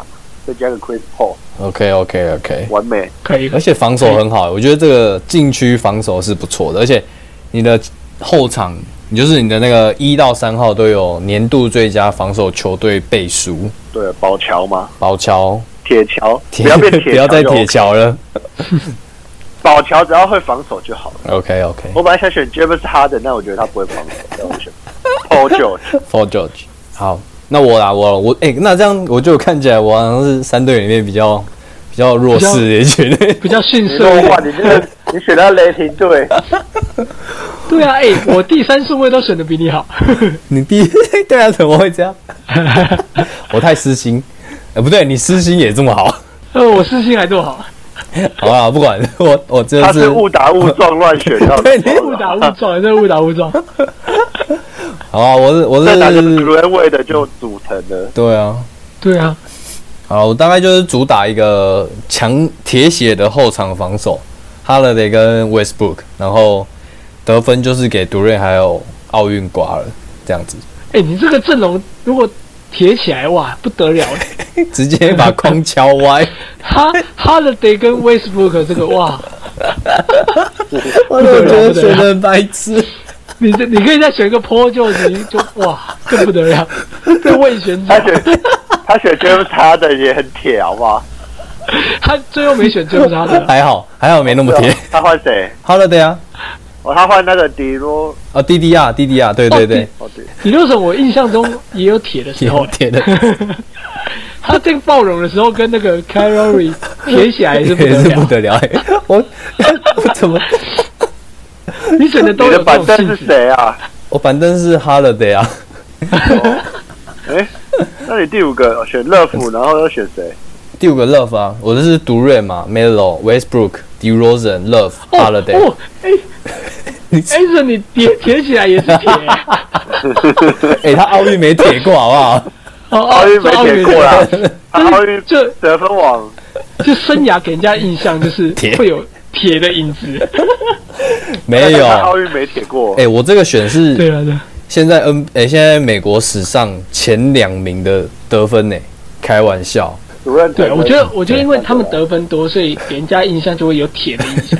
C: 再加个 Chris Paul，
A: OK OK OK，
C: 完美。
B: 可以。可
A: 而
B: 以
A: 且防守很好、我觉得这个禁区防守是不错的，而且你的后场，你就是你的那个一到三号都有年度最佳防守球队背书，
C: 对，宝桥嘛，
A: 包乔，
C: 铁桥，
A: 铁
C: 不要变 铁，
A: 不要再铁。桥了。
C: 宝桥只要会防守就好了。
A: OK OK，For、
C: 我本来想选 James Harden，但我觉得他不会防守，但我选 Paul George。
A: George，好，那我啦，我我哎、那这样我就看起来我好像是三队里面比较比较弱势的一群。
B: 比较逊
C: 你
B: 色一
C: 说哇，
B: 点。
C: 你这个你选到雷霆 队，
B: 对啊，哎，我第三顺位都选的比你好。
A: 你第一 对啊，怎么会这样？我太私心，哎、不对，你私心也这么好，
B: 呃，我私心还这么好，
A: 好啊，不管 我我真
C: 他
A: 的
C: 是
A: 是
C: 误打误撞乱 选到的。
A: 对你
B: 误打误撞，真的误打误撞。
A: 好啊，我是我
C: 再拿个
A: 是
C: Green 位的就组成了。
A: 对啊，
B: 对啊，
A: 好，我大概就是主打一个强铁血的后场防守，Holiday 跟 Westbrook，然后得分就是给独瑞还有奥运瓜了，这样子
B: 哎，你这个阵容如果铁起来，哇，不得了！
A: 直接把框敲歪，
B: 哈哈勒德跟 Westbrook 这个哇，
A: 我都觉得觉得白痴。
B: 你这你可以再选一个 Paul George，你就哇更不得了，这未选
C: 他
B: 者，
C: 选 他选 James Harden 也很铁，好不好？
B: 他最后没选 James Harden，
A: 还好还好没那么
C: 对
A: 铁
C: 啊他换谁？
A: ，Holiday 啊，
C: 哦，他换那个迪罗，
A: 哦，DDR DDR，对对对，
C: 哦对，
B: 李六神，我印象中也有铁的时候
A: 有，铁的
B: 他这个爆容的时候跟那个 Carry 铁起来也是 不
A: 也
B: 得
A: 是不
B: 了，
A: 得了哎，我 我怎么
B: 你整的都
C: 你
B: 有
C: 的
B: 这
C: 板
B: 种
C: 凳
B: 性
C: 是
B: 质。
C: 谁啊？
A: 我板凳是 Holiday 啊，
C: 哦，哎，那你第五个哦选乐 福，然后又选谁？
A: 第五个 Love 啊，我的是独瑞嘛，Melo Westbrook DeRozan Love
B: 哦
A: Holiday，
B: 哦，哎，哎，这你叠叠起来也是铁，
A: 哎，他奥运没铁过好不好？
B: 哦
C: 奥运没铁过啦，
B: 奥运
C: 啊奥运
B: 这
C: 得分王，
B: 就生涯给人家印象就是
A: 铁
B: 会有铁的影子。 哎
A: 没有
C: 但，他奥运没铁过
A: 哎，，我这个选是
B: 对啊，对啊，
A: 现在 N 哎、现在美国史上前两名的得分呢、开玩笑，
C: 主任
B: 对啊，
C: 得分
B: 我觉得，我觉得因为他们得分多，所以给人家印象就会有铁的印象，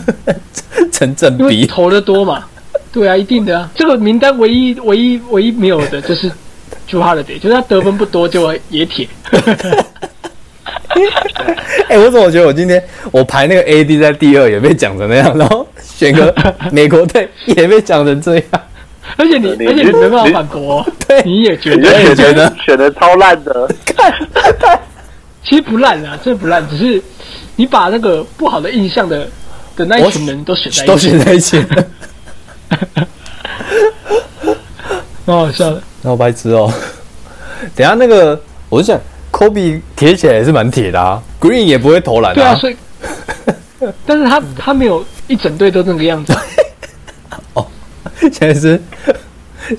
A: 成正
B: 因为
A: 比。
B: 投的多嘛。对啊，一定的啊。这个名单唯一、唯一、唯一没有的就是 j u h a l d a y 就是他得分不多，就也铁。
A: 哎、我怎么觉得我今天我排那个 AD 在第二也被讲成那样，然后选个美国队也被讲成这样，
B: 而且你，
C: 你
B: 而且你没办法反驳哦、
A: 对
B: 你也哎觉
C: 你
A: 我
C: 就
B: 得
A: 也觉得
C: 选的选的超烂的，
B: 其实不烂啊，真的不烂，只是你把那个不好的印象的的那一群人都选在
A: 都
B: 一起，
A: 选在一起，
B: 蛮好笑的。
A: 那我白痴哦、 等一下那个，我就想 Kobe 铁起来也是蛮铁的啊，Green 也不会投篮
B: 对啊，
A: 啊。
B: 所以， 但是他他没有一整队都那个样子，
A: 现在是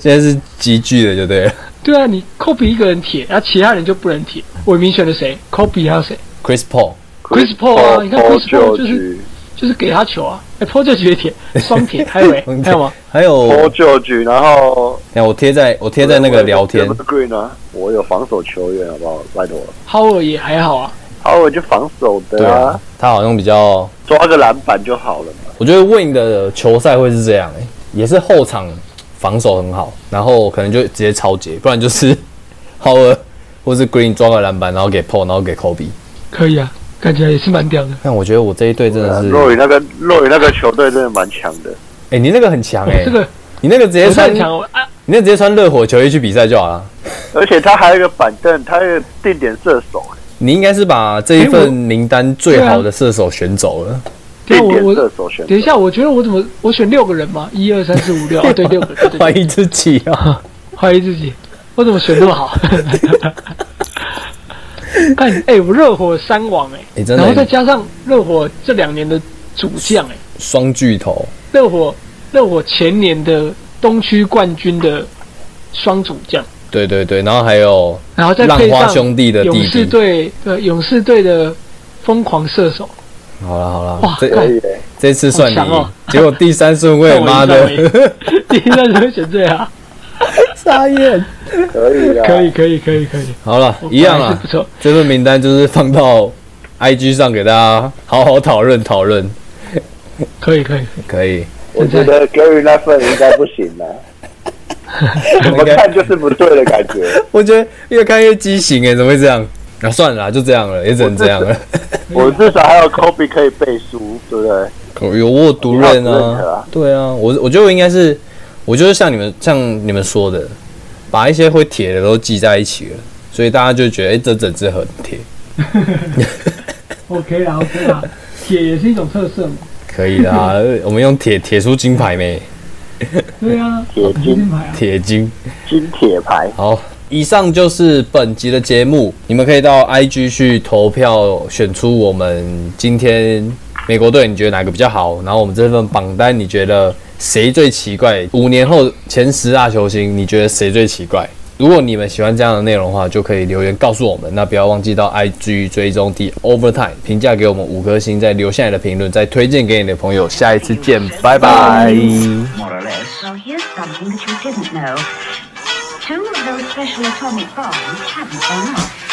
A: 现在是集聚的，就对了。
B: 对啊，你科比一个人铁，然后其他人就不能铁。伟明选了谁？科比还有谁？
A: Chris Paul。
B: Chris Paul 啊你看 Chris Paul 就是
C: George
B: 就是给他球啊。哎、破就绝铁，双铁， 还 有谁？还有吗？
A: 还有，
C: Paul George，然后
A: 等一下我贴在我贴在那个聊天
C: Green 啊，我有防守球员好不好？拜托，
B: 哈尔也还好啊。
C: 好，我就防守
A: 对
C: 的
A: 啊
C: 啊，，
A: 他好像比较，
C: 抓个篮板就好了嘛。
A: 我觉得 Win 的球赛会是这样、欸，也是后场防守很好，然后可能就直接超截，不然就是 Howard 或是 Green 抓个篮板，然后给 Paul，然后给 Kobe。
B: 可以啊，看起来也是蛮屌的。
A: 但我觉得我这一队真的是，
C: 若雨那个若雨那个球队真的蛮强的，
A: 哎、你那个很强哎、
B: 这个
A: 你那个直接
B: 我
A: 穿，
B: 擅
A: 你
B: 长啊，
A: 那直接穿热火球衣去比赛就好了。
C: 而且他还有一个板凳，他有定点射手，
A: 你应该是把这一
B: 哎我
A: 份名单最好的射手选走了，
B: 对啊
C: 定
B: 我
C: 点射
B: 我
C: 手选手。
B: 等一下，我觉得我怎么我选六个人嘛？一二三四五六，哦对，六个，对对
A: 怀
B: 对，
A: 疑自己 啊！
B: 怀疑自己，我怎么选那么好？ 看，哎、我热火三王哎、
A: 哎真的
B: 然后再加上热火这两年的主将哎、
A: 双巨头，
B: 热火热火前年的东区冠军的双主将，
A: 对对对，然后还有
B: 然后再
A: 浪
B: 配
A: 花
B: 上
A: 兄弟的弟弟
B: 勇士队对勇士队的疯狂射手，
A: 好了好了
B: 哇，
A: 这哎
C: 可以耶，
A: 这次算你
B: 好强
A: 赢
B: 哦，
A: 结果第三顺 位，妈的，
B: 第一站会选 这样，
A: 傻眼。
C: 可以啊，
B: 可以可以可以可以，
A: 好了， 一样
B: 还是
A: 啊
B: 不，错。
A: 这份名单就是放到 IG 上给大家好好讨论讨论，
B: 可以可以，
A: 可以。
C: 我觉得 Gary 那份应该不行 了，怎么看就是不对的感觉。
A: 我觉得越看越畸形哎，怎么会这样？那、算了啦，就这样了，也只能这样了。
C: 我至少还有 Kobe 可以背书，对不对？
A: 有有我有独任
C: 你要独任
A: 啊
C: 啊，
A: 对啊，我我觉得我应该是，我就是像你们像你们说的，把一些会铁的都记在一起了，所以大家就觉得哎、这整支很铁，
B: o k 啦 OK 啦，铁也是一种特色嘛。
A: 可以啦。 我们用铁铁出金牌没？
B: 对啊，
C: 铁金
B: 牌啊，
A: 铁金。
C: 金铁牌，
A: 好，以上就是本集的节目，你们可以到 IG 去投票，选出我们今天美国队你觉得哪个比较好，然后我们这份榜单你觉得谁最奇怪？五年后前十大球星，你觉得谁最奇怪？如果你们喜欢这样的内容的话，就可以留言告诉我们。那不要忘记到 IG 追踪 The Overtime 评价给我们五颗星，再留下你的评论，再推荐给你的朋友。下一次见，拜拜。
D: more or less.
E: Well, here's something that you didn't know. Two of those special atomic bombs haven't gone off.